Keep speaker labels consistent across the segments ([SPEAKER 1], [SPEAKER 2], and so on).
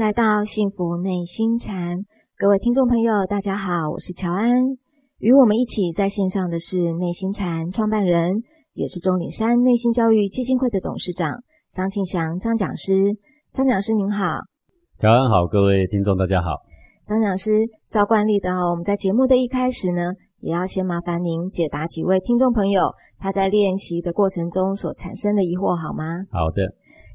[SPEAKER 1] 来到幸福内心禅，各位听众朋友，大家好，我是乔安。与我们一起在线上的是内心禅创办人，也是钟岭山内心教育基金会的董事长张庆祥张讲师。张讲师您好，
[SPEAKER 2] 乔安好，各位听众大家好。
[SPEAKER 1] 张讲师，照惯例的哦，我们在节目的一开始呢，也要先麻烦您解答几位听众朋友他在练习的过程中所产生的疑惑，好吗？
[SPEAKER 2] 好的，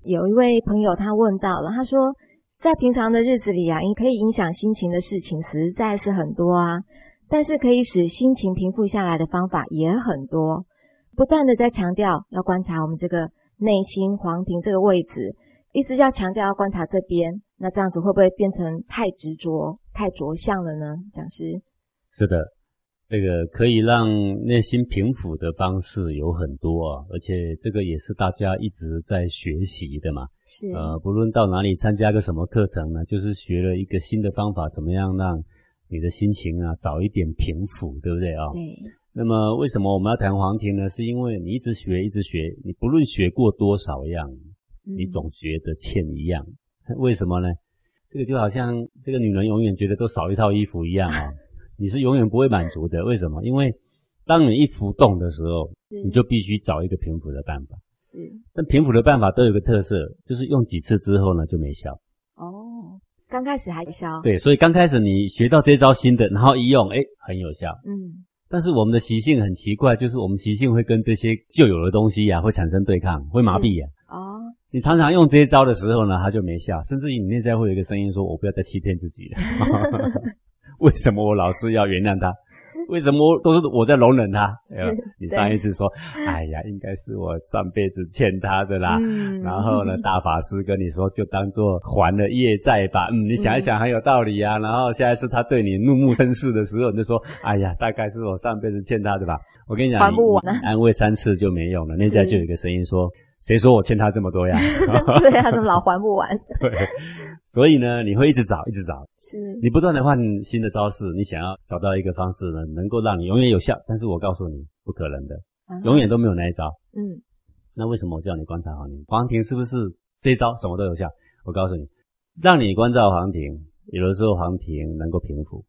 [SPEAKER 1] 有一位朋友他问到了，他说在平常的日子里啊，你可以影响心情的事情实在是很多啊，但是可以使心情平复下来的方法也很多，不断的在强调要观察我们这个内心黄庭这个位置，一直要强调要观察这边，那这样子会不会变成太执着、太着相了呢？讲师，
[SPEAKER 2] 是的，这个可以让内心平复的方式有很多啊，而且这个也是大家一直在学习的嘛。
[SPEAKER 1] 是
[SPEAKER 2] 呃，不论到哪里参加个什么课程呢，就是学了一个新的方法，怎么样让你的心情啊早一点平复，对不对啊、
[SPEAKER 1] 对，
[SPEAKER 2] 那么为什么我们要谈黄庭呢？是因为你一直学，一直学，你不论学过多少样，你
[SPEAKER 1] 嗯
[SPEAKER 2] 总觉得欠一样。 为什么呢？这个就好像这个女人永远觉得都少一套衣服一样 啊、你是永远不会满足的。为什么？因为当你一浮动的时候，
[SPEAKER 1] 是
[SPEAKER 2] 你就必须找一个平复的办法。
[SPEAKER 1] 是
[SPEAKER 2] 但平复的办法都有个特色，就是用几次之后呢就没效。
[SPEAKER 1] 哦，刚开始还消，
[SPEAKER 2] 对，所以刚开始你学到这招新的，然后一用，哎，很有效。
[SPEAKER 1] 嗯，
[SPEAKER 2] 但是我们的习性很奇怪，就是我们习性会跟这些旧有的东西呀、会产生对抗，会麻痹呀、
[SPEAKER 1] 哦，
[SPEAKER 2] 你常常用这一招的时候呢，它就没效，甚至于你内在会有一个声音说：“我不要再欺骗自己了。” 为什么我老是要原谅他？为什么都是我在容忍他？
[SPEAKER 1] 是
[SPEAKER 2] 哎呦你上一次说：“哎呀，应该是我上辈子欠他的啦。
[SPEAKER 1] 嗯
[SPEAKER 2] 啊然后呢，大法师跟你说，就当做还了业债吧。嗯，你想一想，很有道理啊。然后下一次他对你怒目生视的时候，你就说：“哎呀，大概是我上辈子欠他的吧。”我跟你讲，
[SPEAKER 1] 还不完
[SPEAKER 2] 你你安慰三次就没用了，内在
[SPEAKER 1] 是
[SPEAKER 2] 就有一个声音说：“谁说我欠他这么多呀？”
[SPEAKER 1] 对啊，怎么老还不完？
[SPEAKER 2] 对，所以呢，你会一直找，一直找，
[SPEAKER 1] 是
[SPEAKER 2] 你不断的换新的招式，你想要找到一个方式呢，能够让你永远有效。但是我告诉你，不可能的，永远都没有那一招。
[SPEAKER 1] 嗯，
[SPEAKER 2] 那为什么我叫你观察黄庭？黄庭是不是这一招什么都有效？我告诉你，让你关照黄庭，有的时候黄庭能够平复，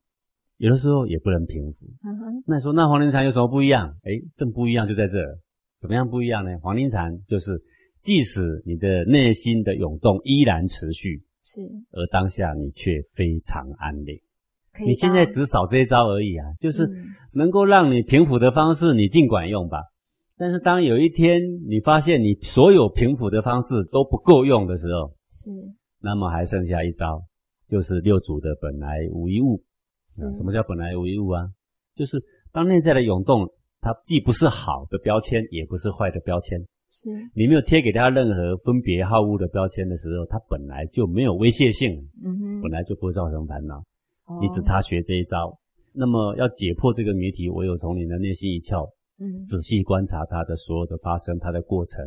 [SPEAKER 2] 有的时候也不能平复。
[SPEAKER 1] 嗯哼，
[SPEAKER 2] 那你说那黄庭禅有什么不一样？诶，正不一样就在这儿，怎么样不一样呢？黄庭禅就是，即使你的内心的涌动依然持续，
[SPEAKER 1] 是
[SPEAKER 2] 而当下你却非常安宁。
[SPEAKER 1] 可以到。
[SPEAKER 2] 你现在只少这一招而已啊，就是
[SPEAKER 1] 嗯
[SPEAKER 2] 能够让你平复的方式，你尽管用吧。但是当有一天你发现你所有平复的方式都不够用的时候，
[SPEAKER 1] 是
[SPEAKER 2] 那么还剩下一招，就是六祖的本来无一物。
[SPEAKER 1] 是
[SPEAKER 2] 啊什么叫本来无一物啊？就是当内在的涌动，它既不是好的标签，也不是坏的标签。
[SPEAKER 1] 是
[SPEAKER 2] 你没有贴给它任何分别好恶的标签的时候，它本来就没有威胁性，
[SPEAKER 1] 嗯哼，
[SPEAKER 2] 本来就不会造成烦恼。
[SPEAKER 1] 哦
[SPEAKER 2] 你只差学这一招。那么要解破这个谜题，唯有从你的内心一窍，
[SPEAKER 1] 嗯
[SPEAKER 2] 仔细观察它的所有的发生，它的过程，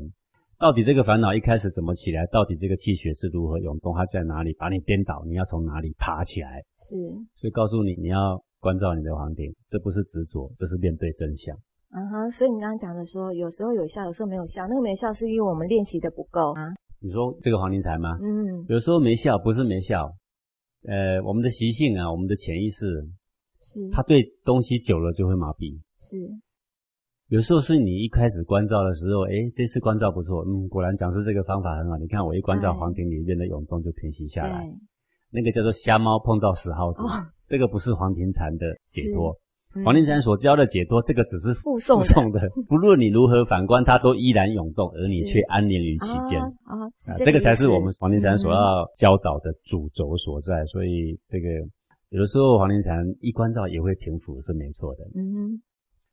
[SPEAKER 2] 到底这个烦恼一开始怎么起来，到底这个气血是如何涌动，它在哪里把你颠倒，你要从哪里爬起来。
[SPEAKER 1] 是
[SPEAKER 2] 所以告诉你，你要关照你的黄庭，这不是执着，这是面对真相。
[SPEAKER 1] 嗯哼，所以你刚刚讲的说，有时候有效，有时候没有效，那个没效是因为我们练习的不够啊。
[SPEAKER 2] 你说这个黄庭才吗？
[SPEAKER 1] 嗯，
[SPEAKER 2] 有时候没效，不是没效，呃，我们的习性啊，我们的潜意识，
[SPEAKER 1] 是
[SPEAKER 2] 它对东西久了就会麻痹。
[SPEAKER 1] 是
[SPEAKER 2] 有时候是你一开始关照的时候，诶，这次关照不错，嗯，果然讲师这个方法很好。你看我一关照
[SPEAKER 1] 哎
[SPEAKER 2] 黄庭里面的涌动就平息下来，
[SPEAKER 1] 对
[SPEAKER 2] 那个叫做瞎猫碰到死耗子，
[SPEAKER 1] 哦
[SPEAKER 2] 这个不是黄庭禅的解脱。
[SPEAKER 1] 嗯
[SPEAKER 2] 黄庭禅所教的解脱，这个只是
[SPEAKER 1] 附送的
[SPEAKER 2] 的，不论你如何反观，它都依然涌动，而你
[SPEAKER 1] 是
[SPEAKER 2] 却安宁于其间。
[SPEAKER 1] 啊，啊
[SPEAKER 2] 啊
[SPEAKER 1] 是，
[SPEAKER 2] 这个
[SPEAKER 1] 意
[SPEAKER 2] 才是
[SPEAKER 1] 思
[SPEAKER 2] 我们黄庭禅
[SPEAKER 1] 嗯
[SPEAKER 2] 所要教导的主轴所在。所以这个有的时候黄庭禅一关照也会平复，是没错的。
[SPEAKER 1] 嗯哼，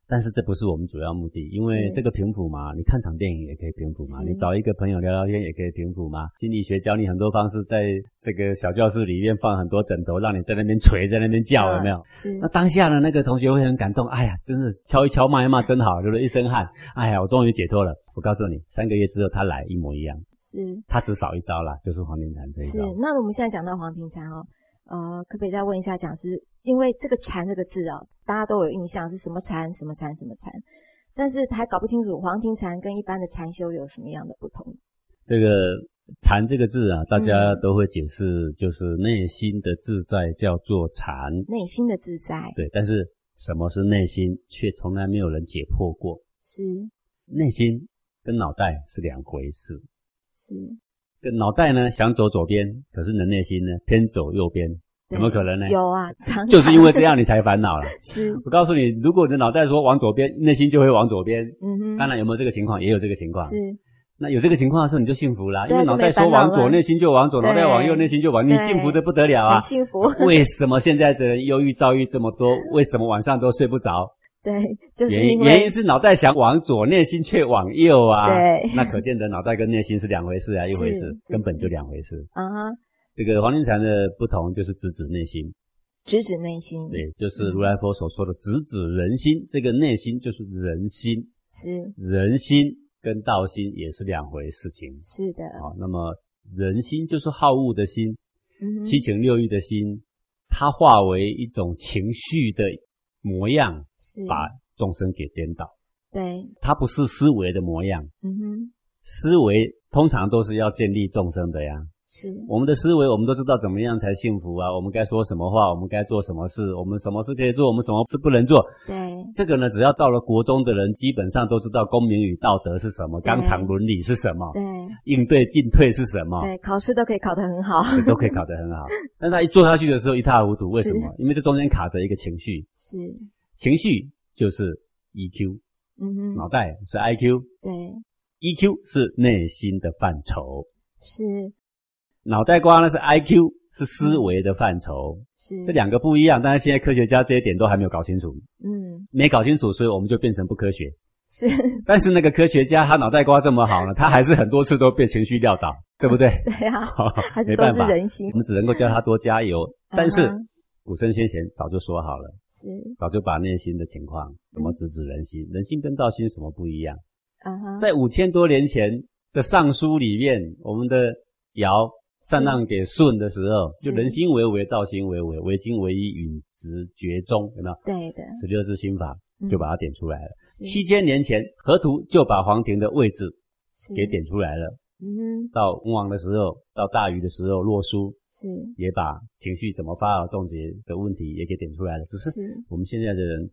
[SPEAKER 2] 但是这不是我们主要目的，因为
[SPEAKER 1] 是
[SPEAKER 2] 这个平复嘛，你看场电影也可以平复嘛，
[SPEAKER 1] 是
[SPEAKER 2] 你找一个朋友聊聊天也可以平复嘛。心理学教你很多方式，在这个小教室里面放很多枕头，让你在那边捶，在那边叫，有没有
[SPEAKER 1] 啊？是
[SPEAKER 2] 那当下呢，那个同学会很感动，哎呀，真是敲一敲骂一骂真好，流了一身汗，哎呀，我终于解脱了。我告诉你，三个月之后他来一模一样，
[SPEAKER 1] 是
[SPEAKER 2] 他只少一招啦，就是黄连禅这一
[SPEAKER 1] 是
[SPEAKER 2] 招。。
[SPEAKER 1] 那我们现在讲到黄庭禅哦，呃，可不可以再问一下讲师？因为这个“禅”这个字哦，大家都有印象是什么禅、什么禅、什么禅，但是还搞不清楚黄庭禅跟一般的禅修有什么样的不同。
[SPEAKER 2] 这个禅这个字啊，大家都会解释，就是内心的自在叫做禅，
[SPEAKER 1] 内心的自在
[SPEAKER 2] 对。但是什么是内心，却从来没有人解破过。
[SPEAKER 1] 是
[SPEAKER 2] 内心跟脑袋是两回事，
[SPEAKER 1] 是，
[SPEAKER 2] 跟脑袋呢想走左边，可是你的内心呢偏走右边，
[SPEAKER 1] 对
[SPEAKER 2] 有没有可能呢？，
[SPEAKER 1] 有啊，常常
[SPEAKER 2] 就是因为这样你才烦恼了。
[SPEAKER 1] 是，
[SPEAKER 2] 我告诉你，如果你的脑袋说往左边，内心就会往左边。
[SPEAKER 1] 嗯哼，
[SPEAKER 2] 当然有没有这个情况，也有这个情况。
[SPEAKER 1] 是
[SPEAKER 2] 那有这个情况的时候，你就幸福啦，因
[SPEAKER 1] 对啊
[SPEAKER 2] 为脑袋
[SPEAKER 1] 就
[SPEAKER 2] 说
[SPEAKER 1] 没烦恼
[SPEAKER 2] 往左，
[SPEAKER 1] 了
[SPEAKER 2] 内心就往左；
[SPEAKER 1] 对
[SPEAKER 2] 脑袋往右，内心就往右，你
[SPEAKER 1] 对
[SPEAKER 2] 幸福的不得了啊
[SPEAKER 1] 很！幸福，
[SPEAKER 2] 为什么现在的人忧郁、躁郁这么多？为什么晚上都睡不着？
[SPEAKER 1] 对，就是
[SPEAKER 2] 原因
[SPEAKER 1] 因
[SPEAKER 2] 原
[SPEAKER 1] 为
[SPEAKER 2] 因是脑袋想往左，内心却往右啊。
[SPEAKER 1] 对
[SPEAKER 2] 那可见得脑袋跟内心是两回事啊，
[SPEAKER 1] 是
[SPEAKER 2] 一回事
[SPEAKER 1] 是，
[SPEAKER 2] 根本就两回事。
[SPEAKER 1] 啊哈，
[SPEAKER 2] 这个黄庭禅的不同就是直指内心，
[SPEAKER 1] 嗯直指内心，
[SPEAKER 2] 对，就是如来佛所说的直指人心。这个内心就是人心，
[SPEAKER 1] 是
[SPEAKER 2] 人心跟道心也是两回事情。
[SPEAKER 1] 是的，
[SPEAKER 2] 啊，那么人心就是好恶的心，
[SPEAKER 1] 嗯哼
[SPEAKER 2] 七情六欲的心，它化为一种情绪的模样，
[SPEAKER 1] 是
[SPEAKER 2] 把众生给颠倒。
[SPEAKER 1] 对，
[SPEAKER 2] 它不是思维的模样，
[SPEAKER 1] 嗯哼，
[SPEAKER 2] 思维通常都是要建立众生的呀。
[SPEAKER 1] 是
[SPEAKER 2] 我们的思维，我们都知道怎么样才幸福啊，我们该说什么话，我们该做什么事，我们什么事可以做，我们什么事不能做。
[SPEAKER 1] 对，
[SPEAKER 2] 这个呢，只要到了国中的人，基本上都知道公民与道德是什么，
[SPEAKER 1] 对
[SPEAKER 2] 纲常伦理是什么，
[SPEAKER 1] 对
[SPEAKER 2] 应对进退是什么。
[SPEAKER 1] 对，考试都可以考得很好，
[SPEAKER 2] 都可以考得很好。但他一做下去的时候一塌糊涂，为什么？因为这中间卡着一个情绪，
[SPEAKER 1] 是，
[SPEAKER 2] 情绪就是 EQ，
[SPEAKER 1] 嗯
[SPEAKER 2] 脑
[SPEAKER 1] 哼，
[SPEAKER 2] 袋是 IQ。
[SPEAKER 1] 对，
[SPEAKER 2] EQ 是内心的范畴，
[SPEAKER 1] 是
[SPEAKER 2] 脑袋瓜呢是 IQ，是思维的范畴，
[SPEAKER 1] 是
[SPEAKER 2] 这两个不一样。但是现在科学家这一点都还没有搞清楚，
[SPEAKER 1] 嗯
[SPEAKER 2] 没搞清楚，所以我们就变成不科学。
[SPEAKER 1] 是
[SPEAKER 2] 但是那个科学家他脑袋瓜这么好呢，他还是很多次都被情绪撂倒，对不对？
[SPEAKER 1] 对啊， 还
[SPEAKER 2] 没
[SPEAKER 1] 是都
[SPEAKER 2] 办
[SPEAKER 1] 是
[SPEAKER 2] 法，
[SPEAKER 1] 人心
[SPEAKER 2] 我，们只能够叫他多加油。但是
[SPEAKER 1] 啊哈
[SPEAKER 2] 古圣先贤早就说好了。
[SPEAKER 1] 是
[SPEAKER 2] 早就把内心的情况怎么直指人心，人心跟道心什么不一样？
[SPEAKER 1] 啊哈，
[SPEAKER 2] 在五千多年前的尚书里面，我们的尧禅让给舜的时候，
[SPEAKER 1] 是
[SPEAKER 2] 就人心为为，道心为为，为精为一，允直觉中，有没有？
[SPEAKER 1] 对的，
[SPEAKER 2] 十六字心法
[SPEAKER 1] 嗯
[SPEAKER 2] 就把它点出来了。
[SPEAKER 1] 是
[SPEAKER 2] 七千年前，河图就把黄庭的位置
[SPEAKER 1] 是
[SPEAKER 2] 给点出来了。
[SPEAKER 1] 嗯哼，
[SPEAKER 2] 到文王的时候，到大禹的时候，洛书
[SPEAKER 1] 是
[SPEAKER 2] 也把情绪怎么发而重结的问题也给点出来了。只是
[SPEAKER 1] 是，
[SPEAKER 2] 我们现在的人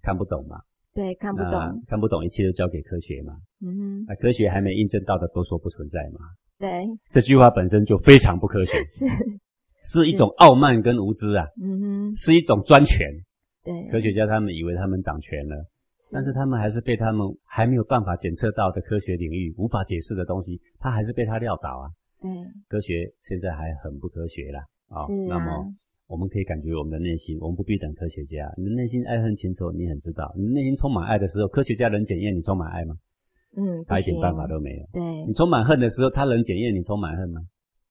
[SPEAKER 2] 看不懂嘛。
[SPEAKER 1] 对，看不
[SPEAKER 2] 那
[SPEAKER 1] 懂，
[SPEAKER 2] 看不懂，一切都交给科学嘛。
[SPEAKER 1] 嗯哼，
[SPEAKER 2] 那科学还没印证到的，都说不存在嘛。
[SPEAKER 1] 对，
[SPEAKER 2] 这句话本身就非常不科学，
[SPEAKER 1] 是，
[SPEAKER 2] 是一种傲慢跟无知啊，
[SPEAKER 1] 嗯哼，
[SPEAKER 2] 是一种专权。
[SPEAKER 1] 对，
[SPEAKER 2] 科学家他们以为他们掌权了，但是他们还是被他们还没有办法检测到的科学领域无法解释的东西，他还是被他撂倒啊。
[SPEAKER 1] 对，
[SPEAKER 2] 科学现在还很不科学啦。哦
[SPEAKER 1] 是
[SPEAKER 2] 那
[SPEAKER 1] 啊，
[SPEAKER 2] 么我们可以感觉我们的内心，我们不必等科学家。你的内心爱恨情仇，你很知道。你内心充满爱的时候，科学家能检验你充满爱吗？
[SPEAKER 1] 嗯，不
[SPEAKER 2] 他一点
[SPEAKER 1] 行
[SPEAKER 2] 办法都没有。
[SPEAKER 1] 对
[SPEAKER 2] 你。充满恨的时候，他能检验你充满恨吗？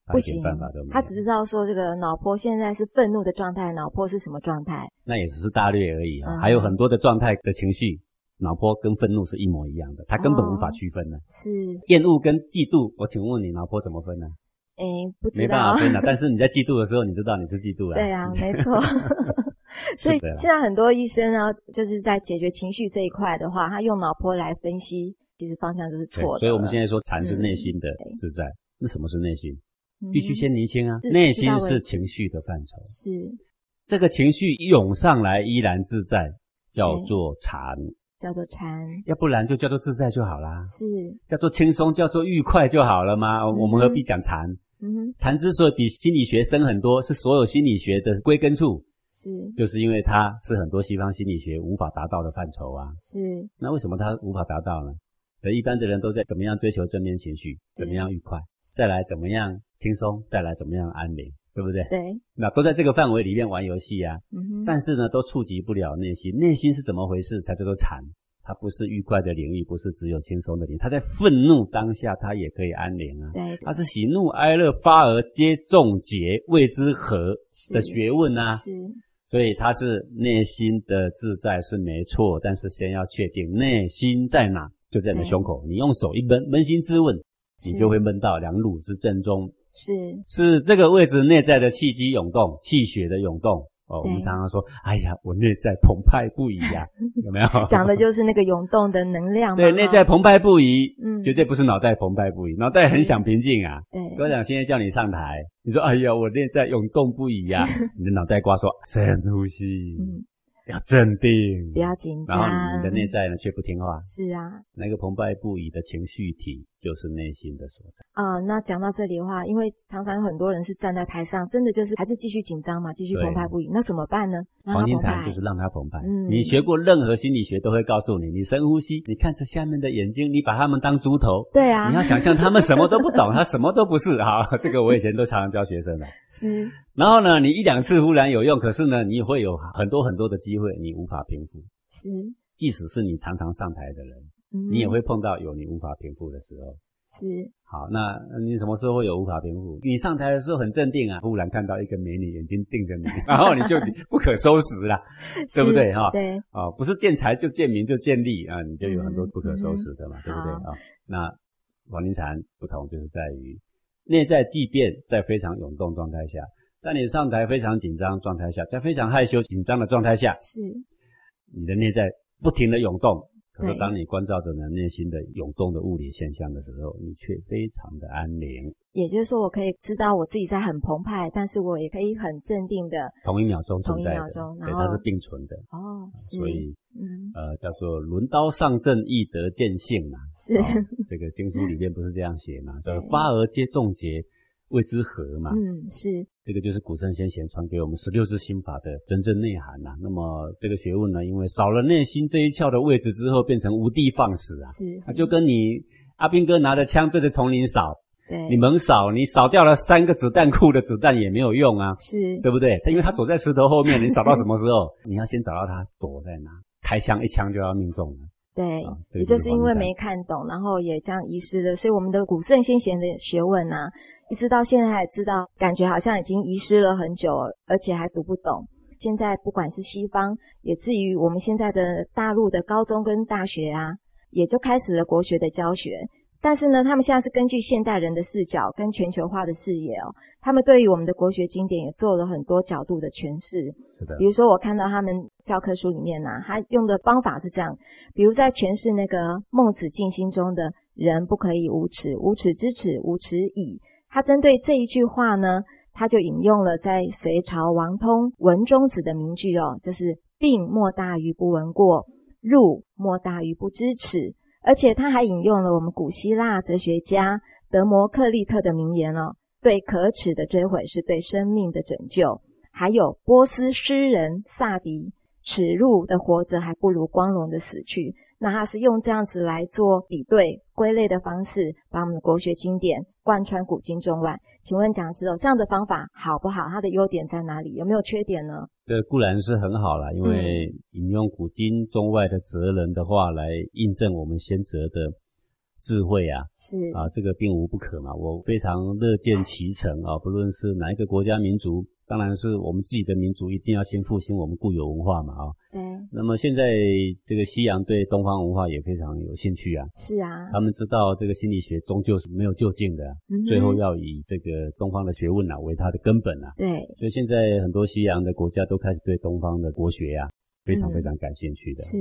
[SPEAKER 2] 他
[SPEAKER 1] 不
[SPEAKER 2] 一
[SPEAKER 1] 行
[SPEAKER 2] 点办法都没有。
[SPEAKER 1] 他只知道说这个脑波现在是愤怒的状态，脑波是什么状态？
[SPEAKER 2] 那也只是大略而已啊、
[SPEAKER 1] 嗯
[SPEAKER 2] 还有很多的状态的情绪，脑波跟愤怒是一模一样的，他根本
[SPEAKER 1] 哦
[SPEAKER 2] 无法区分呢、
[SPEAKER 1] 是，
[SPEAKER 2] 厌恶跟嫉妒，我请问你脑波怎么分呢、
[SPEAKER 1] 诶，不知
[SPEAKER 2] 没办
[SPEAKER 1] 道
[SPEAKER 2] 法，分的、但是你在嫉妒的时候，你知道你是嫉妒嗯了。
[SPEAKER 1] 对 啊，没错。所以
[SPEAKER 2] 是的 啦
[SPEAKER 1] 现在很多医生呢，就是在解决情绪这一块的话，他用脑波来分析，其实方向就是
[SPEAKER 2] 对
[SPEAKER 1] 错的。嗯
[SPEAKER 2] 所以我们现在说禅是内心的
[SPEAKER 1] 对
[SPEAKER 2] 自在。那什么是内心？
[SPEAKER 1] 在
[SPEAKER 2] 必须先厘清啊。
[SPEAKER 1] 自
[SPEAKER 2] 内
[SPEAKER 1] 知
[SPEAKER 2] 心
[SPEAKER 1] 道为
[SPEAKER 2] 是
[SPEAKER 1] 止
[SPEAKER 2] 情绪的范畴，
[SPEAKER 1] 嗯是
[SPEAKER 2] 这个情绪涌上来依然自在，叫
[SPEAKER 1] 对
[SPEAKER 2] 做禅。
[SPEAKER 1] 叫做禅，
[SPEAKER 2] 要不然就叫做自在就好啦。
[SPEAKER 1] 是
[SPEAKER 2] 叫做轻松，叫做愉快就好了吗？
[SPEAKER 1] 哼
[SPEAKER 2] 我们何必讲禅？
[SPEAKER 1] 嗯哼
[SPEAKER 2] 禅之所以比心理学深很多，是所有心理学的归根处，
[SPEAKER 1] 是
[SPEAKER 2] 就是因为它是很多西方心理学无法达到的范畴啊。
[SPEAKER 1] 是
[SPEAKER 2] 那为什么它无法达到呢？可一般的人都在怎么样追求正面情绪，
[SPEAKER 1] 对
[SPEAKER 2] 怎么样愉快，再来怎么样轻松，再来怎么样安宁，对不对？
[SPEAKER 1] 对，
[SPEAKER 2] 那都在这个范围里面玩游戏啊，
[SPEAKER 1] 嗯哼
[SPEAKER 2] 但是呢，都触及不了内心。内心是怎么回事才叫做禅？它不是愉快的领域，不是只有轻松的领域。它在愤怒当下，它也可以安宁啊。
[SPEAKER 1] 对
[SPEAKER 2] 它是喜怒哀乐发而皆众结，谓之和
[SPEAKER 1] 是
[SPEAKER 2] 的学问啊。
[SPEAKER 1] 是
[SPEAKER 2] 所以它是内心的自在是没错，但是先要确定内心在哪，就在你的
[SPEAKER 1] 对
[SPEAKER 2] 胸口。你用手一闷，扪心自问，你
[SPEAKER 1] 是
[SPEAKER 2] 就会闷到两乳之正中，
[SPEAKER 1] 是
[SPEAKER 2] 是这个位置内在的气机涌动，气血的涌动，哦，我
[SPEAKER 1] 对
[SPEAKER 2] 们常常说，哎呀，我内在澎湃不已 呀、有没有？
[SPEAKER 1] 讲的就是那个涌动的能量嘛。
[SPEAKER 2] 对，
[SPEAKER 1] 哈
[SPEAKER 2] 内在澎湃不已，
[SPEAKER 1] 嗯
[SPEAKER 2] 绝对不是脑袋澎湃不已，脑袋很想平静啊。
[SPEAKER 1] 对
[SPEAKER 2] 我想现在叫你上台，你说，哎呀，我内在涌动不已呀、你的脑袋瓜说，深呼吸，
[SPEAKER 1] 嗯，
[SPEAKER 2] 要镇定，
[SPEAKER 1] 不要紧啊
[SPEAKER 2] 然
[SPEAKER 1] 张。
[SPEAKER 2] 后你的内在呢却不听话，
[SPEAKER 1] 是啊，
[SPEAKER 2] 那个澎湃不已的情绪体就是内心的所在。
[SPEAKER 1] 啊、那讲到这里的话，因为常常很多人是站在台上，真的就是还是继续紧张嘛，继续
[SPEAKER 2] 对
[SPEAKER 1] 澎湃不已，那怎么办呢？让它
[SPEAKER 2] 黄金
[SPEAKER 1] 澎
[SPEAKER 2] 禅
[SPEAKER 1] 湃
[SPEAKER 2] 就是让它澎湃。
[SPEAKER 1] 嗯
[SPEAKER 2] 你学过任何心理学都会告诉你，你深呼吸，你看着下面的眼睛，你把他们当猪头。
[SPEAKER 1] 对啊，
[SPEAKER 2] 你要想象他们什么都不 懂，他什么都不是啊！ 好这个我以前都常常教学生的。
[SPEAKER 1] 是，
[SPEAKER 2] 然后呢，你一两次忽然有用，可是呢，你会有很多很多的机会，你无法平复。
[SPEAKER 1] 是，
[SPEAKER 2] 即使是你常常上台的人，
[SPEAKER 1] 嗯
[SPEAKER 2] 你也会碰到有你无法平复的时候。
[SPEAKER 1] 是，
[SPEAKER 2] 好，那你什么时候会有无法平复？你上台的时候很镇定啊，忽然看到一个美女眼睛盯着你， 然后你就不可收拾啦， 对不
[SPEAKER 1] 是
[SPEAKER 2] 对哈？
[SPEAKER 1] 对，
[SPEAKER 2] 啊，不是见财就见名就见利啊，你就有很多
[SPEAKER 1] 嗯
[SPEAKER 2] 不可收拾的嘛，
[SPEAKER 1] 嗯
[SPEAKER 2] 对不对
[SPEAKER 1] 好
[SPEAKER 2] 啊？那王林禅不同就是在于内在，即便在非常涌动状态下，在你上台非常紧张状态下，在非常害羞紧张的状态下，
[SPEAKER 1] 是，
[SPEAKER 2] 你的内在不停的涌动。可是
[SPEAKER 1] 对
[SPEAKER 2] 当你关照着你的内心的涌动的物理现象的时候，你却非常的安宁。
[SPEAKER 1] 也就是说，我可以知道我自己在很澎湃，但是我也可以很镇定的。
[SPEAKER 2] 同一秒钟
[SPEAKER 1] 同
[SPEAKER 2] 存
[SPEAKER 1] 一
[SPEAKER 2] 在
[SPEAKER 1] 秒
[SPEAKER 2] 的，
[SPEAKER 1] 钟
[SPEAKER 2] 对，
[SPEAKER 1] 然
[SPEAKER 2] 它
[SPEAKER 1] 后
[SPEAKER 2] 是并存的，
[SPEAKER 1] 哦，是，
[SPEAKER 2] 所以
[SPEAKER 1] 嗯，
[SPEAKER 2] 呃叫做轮刀上阵，易得见性嘛。
[SPEAKER 1] 是，嗯
[SPEAKER 2] 哦这个经书里面不是这样写嘛？叫
[SPEAKER 1] 对
[SPEAKER 2] 做发而皆众结，谓之和嘛。
[SPEAKER 1] 嗯，是，
[SPEAKER 2] 这个就是古圣先贤传给我们十六字心法的真正内涵呐、啊那么这个学问呢，因为少了内心这一窍的位置之后，变成无的放矢啊。
[SPEAKER 1] 是，
[SPEAKER 2] 那就跟你阿兵哥拿着枪对着丛林扫，
[SPEAKER 1] 对，
[SPEAKER 2] 你猛扫，你扫掉了三个子弹库的子弹也没有用啊。
[SPEAKER 1] 是，
[SPEAKER 2] 对不对？因为他躲在石头后面，你找到什么时候？ 你要先找到他躲在哪，开枪一枪就要命中了。
[SPEAKER 1] 对
[SPEAKER 2] 啊，这
[SPEAKER 1] 也
[SPEAKER 2] 个
[SPEAKER 1] 就
[SPEAKER 2] 就
[SPEAKER 1] 是
[SPEAKER 2] 是黄
[SPEAKER 1] 因为
[SPEAKER 2] 山
[SPEAKER 1] 没看懂，然后也这样遗失了，所以我们的古圣先贤的学问啊，一直到现在还知道，感觉好像已经遗失了很久了，而且还读不懂。现在不管是西方，也至于我们现在的大陆的高中跟大学啊，也就开始了国学的教学。但是呢，他们现在是根据现代人的视角跟全球化的视野哦，他们对于我们的国学经典也做了很多角度的诠释。
[SPEAKER 2] 是的
[SPEAKER 1] 比，如说，我看到他们教科书里面呢、他用的方法是这样，比如在诠释那个孟子静心中的“人不可以无耻，无耻之耻，无耻矣”，他针对这一句话呢，他就引用了在隋朝王通《文中子》的名句哦，就是“病莫大于不闻过，入莫大于不知耻”，而且他还引用了我们古希腊哲学家德谟克利特的名言哦，对可耻的追悔是对生命的拯救。还有波斯诗人萨迪，耻辱的活着还不如光荣的死去。那他是用这样子来做比对、归类的方式，把我们的国学经典贯穿古今中外。请问讲师哦，这样的方法好不好？它的优点在哪里？有没有缺点呢？
[SPEAKER 2] 这固然是很好啦，因为引用古今中外的哲人的话来印证我们先哲的智慧啊，
[SPEAKER 1] 是
[SPEAKER 2] 啊，这个并无不可嘛。我非常乐见其成啊，不论是哪一个国家民族，当然是我们自己的民族，一定要先复兴我们固有文化嘛啊。
[SPEAKER 1] 对，
[SPEAKER 2] 那么现在这个西洋对东方文化也非常有兴趣啊，
[SPEAKER 1] 是啊，
[SPEAKER 2] 他们知道这个心理学终究是没有就近的啊、
[SPEAKER 1] 嗯哼
[SPEAKER 2] 最后要以这个东方的学问啊为它的根本啊。
[SPEAKER 1] 对
[SPEAKER 2] 所以现在很多西洋的国家都开始对东方的国学啊非常
[SPEAKER 1] 嗯
[SPEAKER 2] 非常感兴趣的。
[SPEAKER 1] 是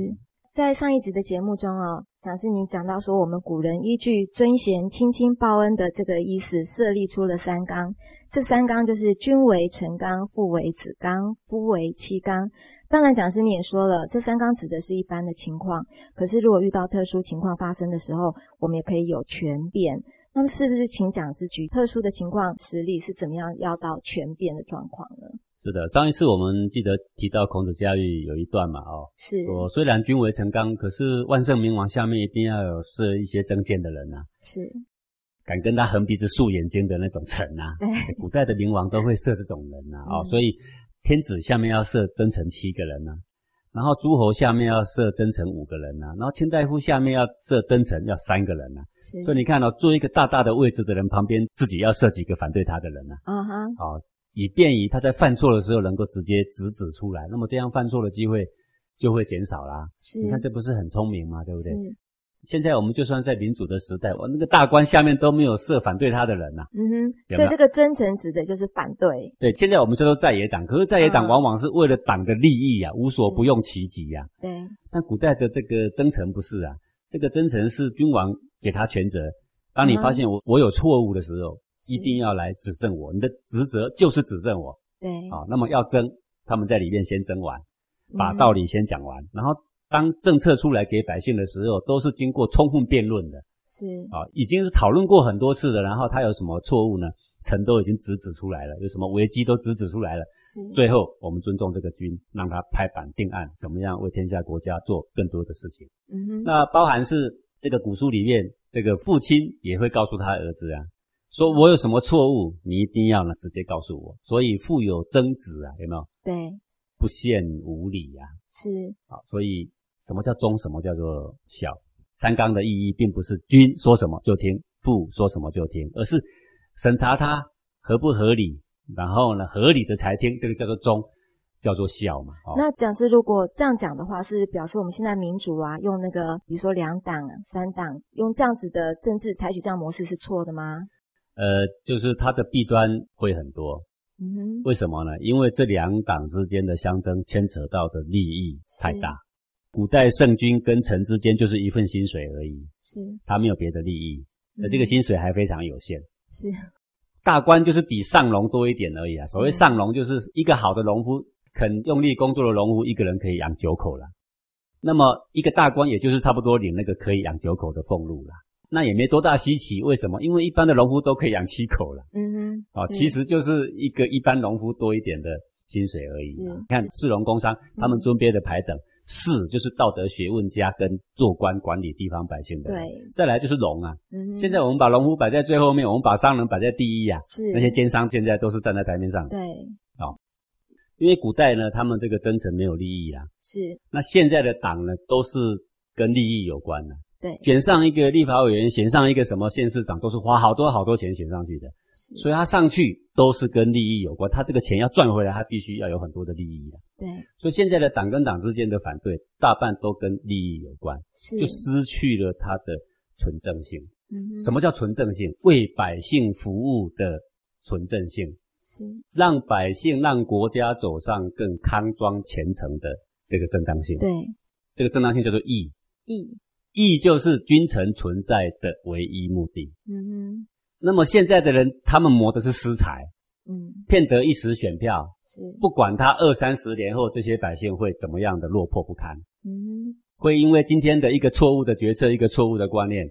[SPEAKER 1] 在上一集的节目中哦，讲师您讲到说，我们古人依据尊贤、亲亲、报恩的这个意思，设立出了三纲。这三纲就是君为臣纲，父为子纲，夫为妻纲。当然，讲师你也说了，这三纲指的是一般的情况。可是，如果遇到特殊情况发生的时候，我们也可以有权变。那么，是不是请讲师举特殊的情况实例是怎么样要到权变的状况呢？
[SPEAKER 2] 是的，上一次我们记得提到孔子家育有一段嘛，哦，
[SPEAKER 1] 是
[SPEAKER 2] 说虽然君为臣纲，可是万圣明王下面一定要有设一些政见的人啊，
[SPEAKER 1] 是，
[SPEAKER 2] 敢跟他横鼻子竖眼睛的那种臣啊。
[SPEAKER 1] 对，
[SPEAKER 2] 古代的冥王都会设这种人呐、啊，哦，
[SPEAKER 1] 嗯
[SPEAKER 2] 所以天子下面要设真臣七个人呐、然后诸侯下面要设真臣五个人呐、然后卿大夫下面要设真臣要三个人呐、
[SPEAKER 1] 是
[SPEAKER 2] 所以你看哦，做一个大大的位置的人旁边自己要设几个反对他的人呐、
[SPEAKER 1] 啊哈，
[SPEAKER 2] 哦，以便于他在犯错的时候能够直接直指出来，那么这样犯错的机会就会减少啦。
[SPEAKER 1] 是，
[SPEAKER 2] 你看这不是很聪明吗？对不对？
[SPEAKER 1] 是
[SPEAKER 2] 现在我们就算在民主的时代，我那个大官下面都没有设反对他的人呐、
[SPEAKER 1] 嗯哼，
[SPEAKER 2] 有
[SPEAKER 1] 所
[SPEAKER 2] 没
[SPEAKER 1] 以
[SPEAKER 2] 有
[SPEAKER 1] 这个真诚指的就是反对，
[SPEAKER 2] 对，现在我们叫做在野党，可是在野党
[SPEAKER 1] 嗯
[SPEAKER 2] 往往是为了党的利益呀、无所不用其极呀、
[SPEAKER 1] 对，
[SPEAKER 2] 但古代的这个真诚不是啊，这个真诚是君王给他权责。当你
[SPEAKER 1] 嗯
[SPEAKER 2] 发现我、我有错误的时候，
[SPEAKER 1] 是
[SPEAKER 2] 一定要来指正我，你的职责就是指正我
[SPEAKER 1] 对，
[SPEAKER 2] 啊、那么要争，他们在里面先争完，把
[SPEAKER 1] 嗯
[SPEAKER 2] 道理先讲完，然后当政策出来给百姓的时候，都是经过充分辩论的
[SPEAKER 1] 是
[SPEAKER 2] 啊、已经是讨论过很多次了。然后他有什么错误呢？臣都已经直指出来了，有什么危机都直指出来了。
[SPEAKER 1] 是，
[SPEAKER 2] 最后，我们尊重这个君，让他拍板定案，怎么样为天下国家做更多的事情。
[SPEAKER 1] 嗯哼，
[SPEAKER 2] 那包含是这个古书里面，这个父亲也会告诉他儿子啊，说我有什么错误，你一定要呢直接告诉我。所以父有曾子啊，有没有
[SPEAKER 1] 对，
[SPEAKER 2] 不陷无礼呀、
[SPEAKER 1] 是，
[SPEAKER 2] 啊？好，所以什么叫忠，什么叫做孝？三纲的意义并不是君说什么就听，父说什么就听，而是审查它合不合理，然后呢合理的才听，这个叫做忠，叫做孝嘛。哦、
[SPEAKER 1] 那讲师如果这样讲的话，是表示我们现在民主啊，用那个比如说两党、三党，用这样子的政治采取这样模式是错的吗？
[SPEAKER 2] 呃，就是它的弊端会很多，
[SPEAKER 1] 嗯哼，
[SPEAKER 2] 为什么呢？因为这两党之间的相争牵扯到的利益太大。古代圣君跟臣之间就是一份薪水而已，
[SPEAKER 1] 是，
[SPEAKER 2] 他没有别的利益，而这
[SPEAKER 1] 嗯
[SPEAKER 2] 个薪水还非常有限。
[SPEAKER 1] 是，
[SPEAKER 2] 大官就是比上农多一点而已啊。所谓
[SPEAKER 1] 嗯
[SPEAKER 2] 上农，就是一个好的农夫肯用力工作的农夫，一个人可以养九口啦。那么一个大官也就是差不多领那个可以养九口的俸禄啦，那也没多大稀奇。为什么？因为一般的农夫都可以养七口啦。
[SPEAKER 1] 嗯哼，
[SPEAKER 2] 哦，
[SPEAKER 1] 是
[SPEAKER 2] 其实就是一个一般农夫多一点的薪水而已
[SPEAKER 1] 是嗯
[SPEAKER 2] 嘛。你看士农工商，他们尊卑的排等，士就是道德学问家跟做官管理地方百姓的。，
[SPEAKER 1] 对，
[SPEAKER 2] 再来就是农啊。
[SPEAKER 1] 嗯哼，
[SPEAKER 2] 现在我们把农夫摆在最后面，我们把商人摆在第一啊。
[SPEAKER 1] 是
[SPEAKER 2] 那些奸商现在都是站在台面上，
[SPEAKER 1] 对，
[SPEAKER 2] 因为古代呢，他们这个真诚没有利益啊。
[SPEAKER 1] 是，
[SPEAKER 2] 那现在的党呢，都是跟利益有关的、啊
[SPEAKER 1] 对，
[SPEAKER 2] 选上一个立法委员，选上一个什么县市长，都是花好多好多钱选上去的。
[SPEAKER 1] 是，
[SPEAKER 2] 所以他上去都是跟利益有关，他这个钱要赚回来，他必须要有很多的利益的。
[SPEAKER 1] 对，
[SPEAKER 2] 所以现在的党跟党之间的反对，大半都跟利益有关，
[SPEAKER 1] 是，
[SPEAKER 2] 就失去了它的纯正性。
[SPEAKER 1] 嗯哼
[SPEAKER 2] 什么叫纯正性？为百姓服务的纯正性，
[SPEAKER 1] 是，
[SPEAKER 2] 让百姓、让国家走上更康庄前程的这个正当性。
[SPEAKER 1] 对，
[SPEAKER 2] 这个正当性叫做义，
[SPEAKER 1] 义，
[SPEAKER 2] 义就是君臣存在的唯一目的。
[SPEAKER 1] 嗯
[SPEAKER 2] 那么现在的人，他们磨的是私财，
[SPEAKER 1] 哼，嗯，
[SPEAKER 2] 骗得一时选票，
[SPEAKER 1] 是，
[SPEAKER 2] 不管他二三十年后这些百姓会怎么样的落魄不堪，
[SPEAKER 1] 嗯
[SPEAKER 2] 会因为今天的一个错误的决策、一个错误的观念、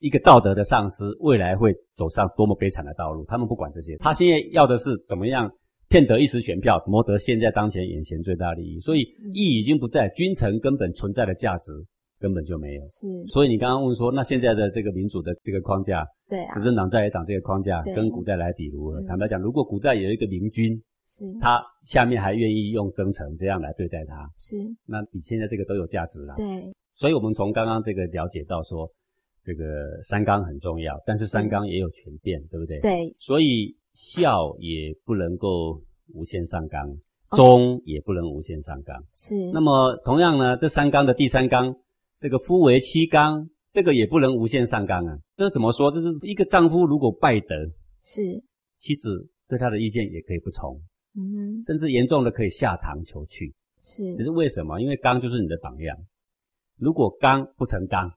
[SPEAKER 2] 一个道德的丧失，未来会走上多么悲惨的道路。他们不管这些，他现在要的是怎么样骗得一时选票，谋得现在当前眼前最大利益。所以
[SPEAKER 1] 嗯
[SPEAKER 2] 义已经不在，君臣根本存在的价值根本就没有
[SPEAKER 1] 哼，。是，
[SPEAKER 2] 所以你刚刚问说，那现在的这个民主的这个框架，
[SPEAKER 1] 对啊
[SPEAKER 2] 执，政党在野党这个框架
[SPEAKER 1] 对
[SPEAKER 2] 跟古代来比如何？
[SPEAKER 1] 嗯
[SPEAKER 2] 坦白讲，如果古代有一个明君，
[SPEAKER 1] 是，
[SPEAKER 2] 他下面还愿意用真诚这样来对待他，
[SPEAKER 1] 是，
[SPEAKER 2] 那比现在这个都有价值啦。
[SPEAKER 1] 对，
[SPEAKER 2] 所以我们从刚刚这个了解到说，这个三纲很重要，但是三纲也有权变，对不对？。
[SPEAKER 1] 对，
[SPEAKER 2] 所以孝也不能够无限上纲，
[SPEAKER 1] 哦嗯
[SPEAKER 2] 忠也不能无限上纲。
[SPEAKER 1] 是，
[SPEAKER 2] 那么同样呢，这三纲的第三纲，这个夫为妻纲，这个也不能无限上纲啊。这怎么说？就是一个丈夫如果败德，
[SPEAKER 1] 是，
[SPEAKER 2] 妻子对他的意见也可以不从。
[SPEAKER 1] 嗯哼，
[SPEAKER 2] 甚至严重的可以下堂求去。
[SPEAKER 1] 是
[SPEAKER 2] 可，是为什么？因为刚就是你的榜样，如果刚不成刚，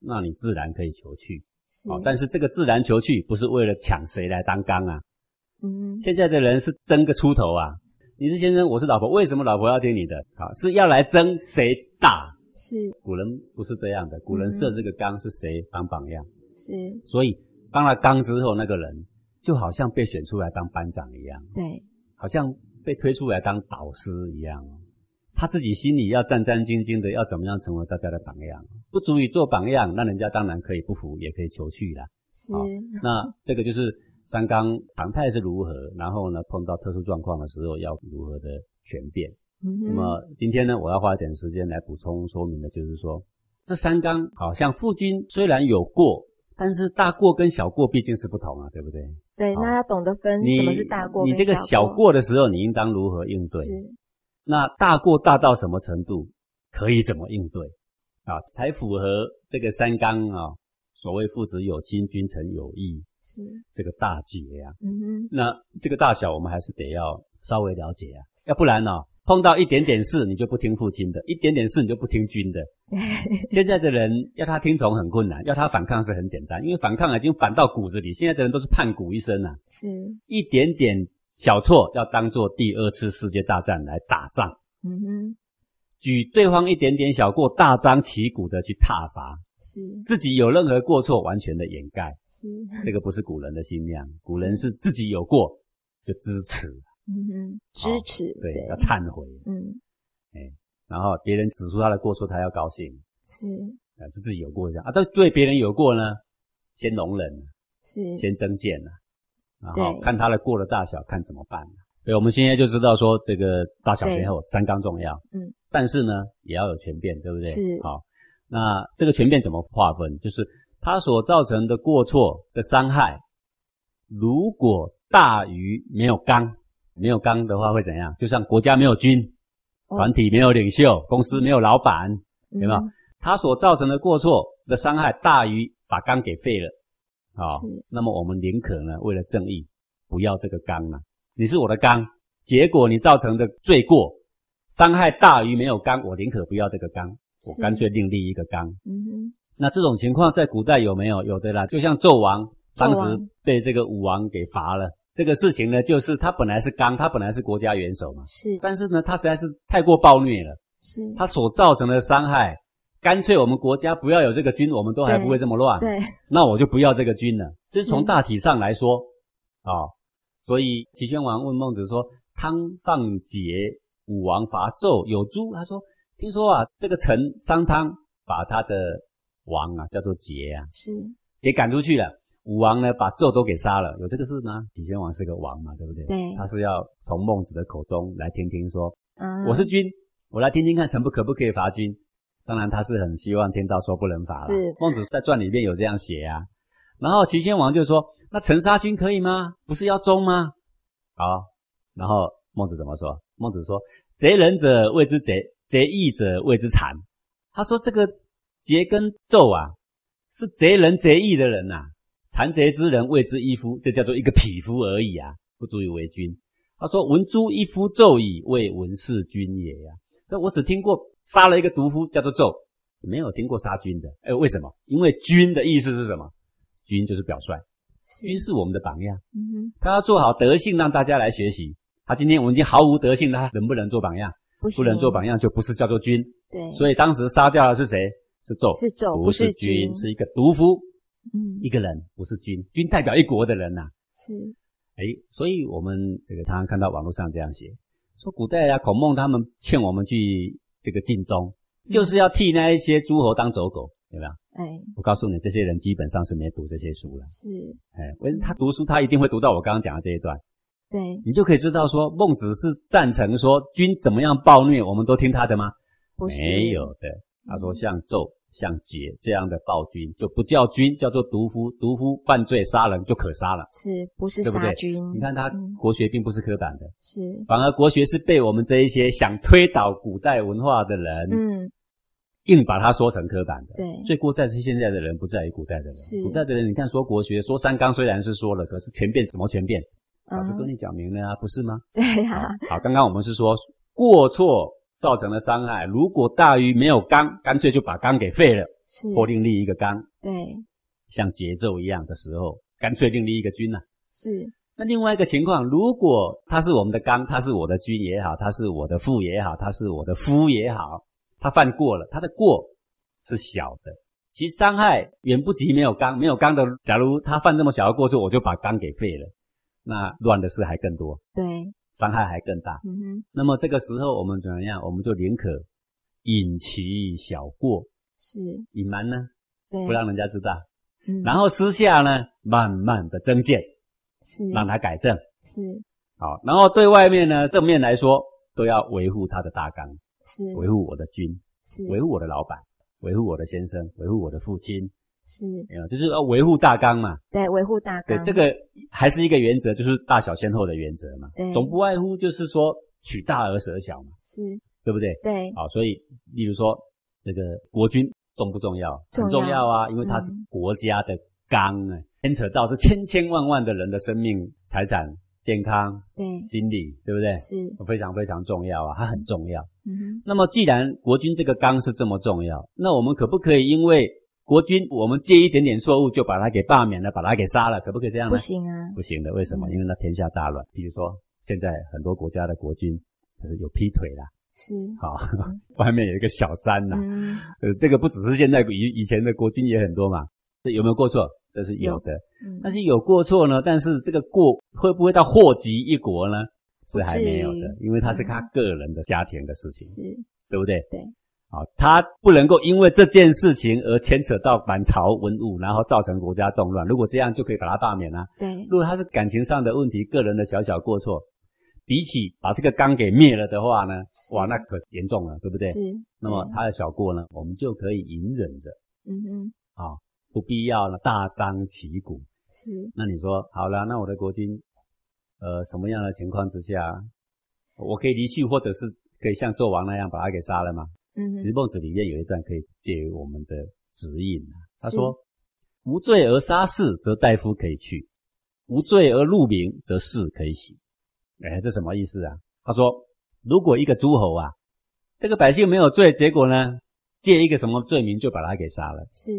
[SPEAKER 2] 那你自然可以求去。
[SPEAKER 1] 是，
[SPEAKER 2] 哦，但是这个自然求去不是为了抢谁来当刚啊。
[SPEAKER 1] 嗯哼，
[SPEAKER 2] 现在的人是争个出头啊，你是先生，我是老婆，为什么老婆要听你的？好，是要来争谁大。
[SPEAKER 1] 是，
[SPEAKER 2] 古人不是这样的，古人设这个纲是谁当榜样，
[SPEAKER 1] 是，
[SPEAKER 2] 所以当了纲之后，那个人就好像被选出来当班长一样。
[SPEAKER 1] 对，
[SPEAKER 2] 好像被推出来当导师一样哦。他自己心里要战战兢兢的，要怎么样成为大家的榜样，不足以做榜样，那人家当然可以不服，也可以求去啦。
[SPEAKER 1] 是，
[SPEAKER 2] 好那这个就是三纲常态是如何，然后呢，碰到特殊状况的时候要如何的权变。
[SPEAKER 1] 嗯
[SPEAKER 2] 那
[SPEAKER 1] 哼，
[SPEAKER 2] 么今天呢，我要花一点时间来补充说明的，就是说这三纲好像父君虽然有过，但是大过跟小过毕竟是不同啊，对不对？
[SPEAKER 1] 对，
[SPEAKER 2] 好
[SPEAKER 1] 那要懂得分
[SPEAKER 2] 你
[SPEAKER 1] 嗯什么是大过
[SPEAKER 2] 你
[SPEAKER 1] 跟
[SPEAKER 2] 这个
[SPEAKER 1] 小
[SPEAKER 2] 小过的时候，你应当如何应对？
[SPEAKER 1] 是，
[SPEAKER 2] 那大过大到什么程度，可以怎么应对？啊，才符合这个三纲啊。所谓父子有亲，君臣有义，
[SPEAKER 1] 是，
[SPEAKER 2] 这个大节呀、
[SPEAKER 1] 嗯哼，
[SPEAKER 2] 那这个大小我们还是得要稍微了解啊，要不然呢、碰到一点点事你就不听父亲的，一点点事你就不听君的。现在的人要他听从很困难，要他反抗是很简单，因为反抗已经反到骨子里。现在的人都是叛骨一生啊，
[SPEAKER 1] 是，
[SPEAKER 2] 一点点小错要当做第二次世界大战来打仗，
[SPEAKER 1] 嗯哼，
[SPEAKER 2] 举对方一点点小过，大张旗鼓的去挞伐，
[SPEAKER 1] 是
[SPEAKER 2] 自己有任何过错完全的掩盖，
[SPEAKER 1] 是，
[SPEAKER 2] 这个不是古人的心量，古人是自己有过就支持，
[SPEAKER 1] 嗯哼，支
[SPEAKER 2] 好
[SPEAKER 1] 持，
[SPEAKER 2] 对，要忏悔，
[SPEAKER 1] 嗯，
[SPEAKER 2] 然后别人指出他的过错，他要高兴，
[SPEAKER 1] 是
[SPEAKER 2] 啊，是自己有过这样啊，但对别人有过呢，先容忍，
[SPEAKER 1] 是，
[SPEAKER 2] 先增见啊，然后
[SPEAKER 1] 对
[SPEAKER 2] 看他的过的大小，看怎么办、所以我们现在就知道说，这个大小
[SPEAKER 1] 对
[SPEAKER 2] 前后三纲重要，
[SPEAKER 1] 嗯，
[SPEAKER 2] 但是呢，也要有权变，对不对？
[SPEAKER 1] 是
[SPEAKER 2] 好，那这个权变怎么划分？就是它所造成的过错的伤害，如果大于没有纲，没有纲的话会怎样？就像国家没有军，
[SPEAKER 1] 哦
[SPEAKER 2] 团体没有领袖，公司没有老板，
[SPEAKER 1] 有
[SPEAKER 2] 没有它所造成的过错的伤害大于把纲给废了，啊、
[SPEAKER 1] 是
[SPEAKER 2] 那么我们宁可呢，为了正义，不要这个纲啊。你是我的纲，结果你造成的罪过伤害大于没有纲，我宁可不要这个纲，我
[SPEAKER 1] 是
[SPEAKER 2] 干脆另立一个纲。
[SPEAKER 1] 嗯哼，
[SPEAKER 2] 那这种情况在古代有没有？有的啦，就像纣王当时
[SPEAKER 1] 纣王
[SPEAKER 2] 被这个武王给罚了，这个事情呢，就是他本来是纲，他本来是国家元首嘛，
[SPEAKER 1] 是
[SPEAKER 2] 但是呢，他实在是太过暴虐了。
[SPEAKER 1] 是，
[SPEAKER 2] 它所造成的伤害，干脆我们国家不要有这个军，我们都还
[SPEAKER 1] 对
[SPEAKER 2] 不会这么乱。
[SPEAKER 1] 对，
[SPEAKER 2] 那我就不要这个军了。这是从
[SPEAKER 1] 是
[SPEAKER 2] 大体上来说啊、所以齐宣王问孟子说：“汤放桀，武王伐纣，有诸？”他说：“听说啊，这个臣商汤把他的王啊叫做桀啊
[SPEAKER 1] 是
[SPEAKER 2] 给赶出去了。”武王呢，把纣都给杀了，有这个事吗？齐宣王是个王嘛，对不对？
[SPEAKER 1] 对
[SPEAKER 2] 他是要从孟子的口中来听听说
[SPEAKER 1] 啊，
[SPEAKER 2] 我是君，我来听听看臣不可不可以罚君。当然，他是很希望听到说不能罚啦
[SPEAKER 1] 是
[SPEAKER 2] 孟子在传里面有这样写啊。然后齐宣王就说：“那臣杀君可以吗？不是要忠吗？”好，然后孟子怎么说？孟子说：“贼人者谓之贼，贼义者谓之谄。”他说这个桀跟纣啊，是贼人贼义的人呐、残贼之人谓之一夫，这叫做一个匹夫而已啊，不足以为君。他说：“文诸一夫纣矣，谓文士君也啊呀、那我只听过杀了一个毒夫叫做纣，没有听过杀君的。哎，为什么？因为君的意思是什么？君就是表率，
[SPEAKER 1] 是，
[SPEAKER 2] 君是我们的榜样，
[SPEAKER 1] 嗯哼，
[SPEAKER 2] 他要做好德性，让大家来学习。他今天我们已经毫无德性了，他能不能做榜样？
[SPEAKER 1] 不
[SPEAKER 2] 不能
[SPEAKER 1] 行
[SPEAKER 2] 做榜样就不是叫做君。
[SPEAKER 1] 对，
[SPEAKER 2] 所以当时杀掉的是谁？是纣，
[SPEAKER 1] 是纣
[SPEAKER 2] 不
[SPEAKER 1] 不
[SPEAKER 2] 是
[SPEAKER 1] 是
[SPEAKER 2] 君，
[SPEAKER 1] 君
[SPEAKER 2] 是一个毒夫，
[SPEAKER 1] 嗯
[SPEAKER 2] 一个人，不是君。君代表一国的人呐、
[SPEAKER 1] 是
[SPEAKER 2] 哎，所以我们这个常常看到网络上这样写，说古代啊，孔孟他们劝我们去这个尽忠，
[SPEAKER 1] 嗯
[SPEAKER 2] 就是要替那一些诸侯当走狗，有没有？
[SPEAKER 1] 哎
[SPEAKER 2] 我告诉你，这些人基本上是没读这些书了。
[SPEAKER 1] 是
[SPEAKER 2] 哎，为
[SPEAKER 1] 嗯
[SPEAKER 2] 他读书，他一定会读到我刚刚讲的这一段，
[SPEAKER 1] 对，
[SPEAKER 2] 你就可以知道说，孟子是赞成说君怎么样暴虐，我们都听他的吗？
[SPEAKER 1] 不是
[SPEAKER 2] 没有的，他说
[SPEAKER 1] 嗯
[SPEAKER 2] 像纣、像桀这样的暴君就不叫君，叫做毒夫，毒夫犯罪杀人就可杀了。
[SPEAKER 1] 是不是
[SPEAKER 2] 对不
[SPEAKER 1] 杀
[SPEAKER 2] 对
[SPEAKER 1] 菌？
[SPEAKER 2] 你看他
[SPEAKER 1] 嗯
[SPEAKER 2] 国学并不是刻板的。
[SPEAKER 1] 是
[SPEAKER 2] 反而国学是被我们这一些想推倒古代文化的人，
[SPEAKER 1] 嗯
[SPEAKER 2] 硬把它说成刻板的。
[SPEAKER 1] 对
[SPEAKER 2] 罪过在是现在的人，不在于古代的人。
[SPEAKER 1] 是
[SPEAKER 2] 古代的人，你看说国学，说三纲虽然是说了，可是权变怎么权变？早就
[SPEAKER 1] 啊
[SPEAKER 2] 跟你讲明了啊，不是吗？
[SPEAKER 1] 对
[SPEAKER 2] 好
[SPEAKER 1] 啊，
[SPEAKER 2] 好，刚刚我们是说过错造成的伤害，如果大于没有纲，干脆就把纲给废了，
[SPEAKER 1] 是
[SPEAKER 2] 或另立一个纲，
[SPEAKER 1] 对
[SPEAKER 2] 像节奏一样的时候，干脆另立一个君啊呐、
[SPEAKER 1] 是
[SPEAKER 2] 那另外一个情况，如果他是我们的纲，他是我的君也好，他是我的父也好，他是我的夫也好，他犯过了，他的过是小的，其伤害远不及没有纲。没有纲的，假如他犯这么小的过错，我就把纲给废了，那乱的事还更多，
[SPEAKER 1] 对
[SPEAKER 2] 伤害还更大。
[SPEAKER 1] 嗯哼
[SPEAKER 2] 那么这个时候我们怎么样？我们就宁可隐其小过，
[SPEAKER 1] 是
[SPEAKER 2] 隐瞒呢，
[SPEAKER 1] 对，
[SPEAKER 2] 不让人家知道，
[SPEAKER 1] 嗯
[SPEAKER 2] 然后私下呢，慢慢的增建，
[SPEAKER 1] 是
[SPEAKER 2] 让他改正。
[SPEAKER 1] 是
[SPEAKER 2] 好，然后对外面呢，正面来说都要维护他的大纲，
[SPEAKER 1] 是
[SPEAKER 2] 维护我的君，
[SPEAKER 1] 是
[SPEAKER 2] 维护我的老板，维护我的先生，维护我的父亲，
[SPEAKER 1] 是
[SPEAKER 2] 没有，就是要维护大纲嘛。
[SPEAKER 1] 对维护大
[SPEAKER 2] 对
[SPEAKER 1] 纲，
[SPEAKER 2] 这个还是一个原则，就是大小先后的原则嘛。
[SPEAKER 1] 对
[SPEAKER 2] 总不外乎就是说取大而舍小嘛，
[SPEAKER 1] 是
[SPEAKER 2] 对不对？
[SPEAKER 1] 对
[SPEAKER 2] 好，所以例如说这个国君重不重要？
[SPEAKER 1] 重
[SPEAKER 2] 很重
[SPEAKER 1] 要
[SPEAKER 2] 要啊，因为它是
[SPEAKER 1] 嗯
[SPEAKER 2] 国家的纲啊，牵扯到是千千万万的人的生命、财产、健康、
[SPEAKER 1] 对，
[SPEAKER 2] 心理，对不对？
[SPEAKER 1] 是，
[SPEAKER 2] 非常非常重要啊，它很重要。
[SPEAKER 1] 嗯
[SPEAKER 2] 那么既然国军这个纲是这么重要，那我们可不可以因为国军我们借一点点错误就把它给罢免了，把它给杀了？可不可以这样
[SPEAKER 1] 哼，
[SPEAKER 2] 呢？
[SPEAKER 1] 不，行啊，
[SPEAKER 2] 不行的。为什么？
[SPEAKER 1] 嗯
[SPEAKER 2] 因为那天下大乱。比如说现在很多国家的国军就是有劈腿啦，
[SPEAKER 1] 是，
[SPEAKER 2] 好， 外面有一个小三呐、
[SPEAKER 1] 嗯
[SPEAKER 2] 呃，这个不只是现在以以前的国军也很多嘛，这有没有过错？这是有的，
[SPEAKER 1] 嗯，
[SPEAKER 2] 但是有过错呢，但是这个过会不会到祸及一国呢？是还没有
[SPEAKER 1] 不至
[SPEAKER 2] 的
[SPEAKER 1] 于，
[SPEAKER 2] 因为他是他个人的家庭的事情。
[SPEAKER 1] 是，
[SPEAKER 2] 对不对？
[SPEAKER 1] 对。
[SPEAKER 2] 啊，他不能够因为这件事情而牵扯到满朝文武，然后造成国家动乱。如果这样，就可以把他罢免啊。
[SPEAKER 1] 对，
[SPEAKER 2] 如果他是感情上的问题，个人的小小过错，比起把这个纲给灭了的话呢，
[SPEAKER 1] 是
[SPEAKER 2] 哇，那可严重了，对不对？
[SPEAKER 1] 是，
[SPEAKER 2] 那么
[SPEAKER 1] 对
[SPEAKER 2] 他的小过呢，我们就可以隐忍着，
[SPEAKER 1] 嗯哼，
[SPEAKER 2] 不必要呢大张旗鼓。
[SPEAKER 1] 是，嗯
[SPEAKER 2] 那你说好了，那我的国军，呃，什么样的情况之下，我可以离去，或者是可以像纣王那样把他给杀了吗？
[SPEAKER 1] 嗯
[SPEAKER 2] 《石
[SPEAKER 1] 哼，
[SPEAKER 2] 孟子》里面有一段可以借于我们的指引啊。他
[SPEAKER 1] 是
[SPEAKER 2] 说：“无罪而杀士，则大夫可以去；无罪而入民，则士可以喜。”哎，这什么意思啊？他说，如果一个诸侯啊，这个百姓没有罪，结果呢，借一个什么罪名就把他给杀了，
[SPEAKER 1] 是，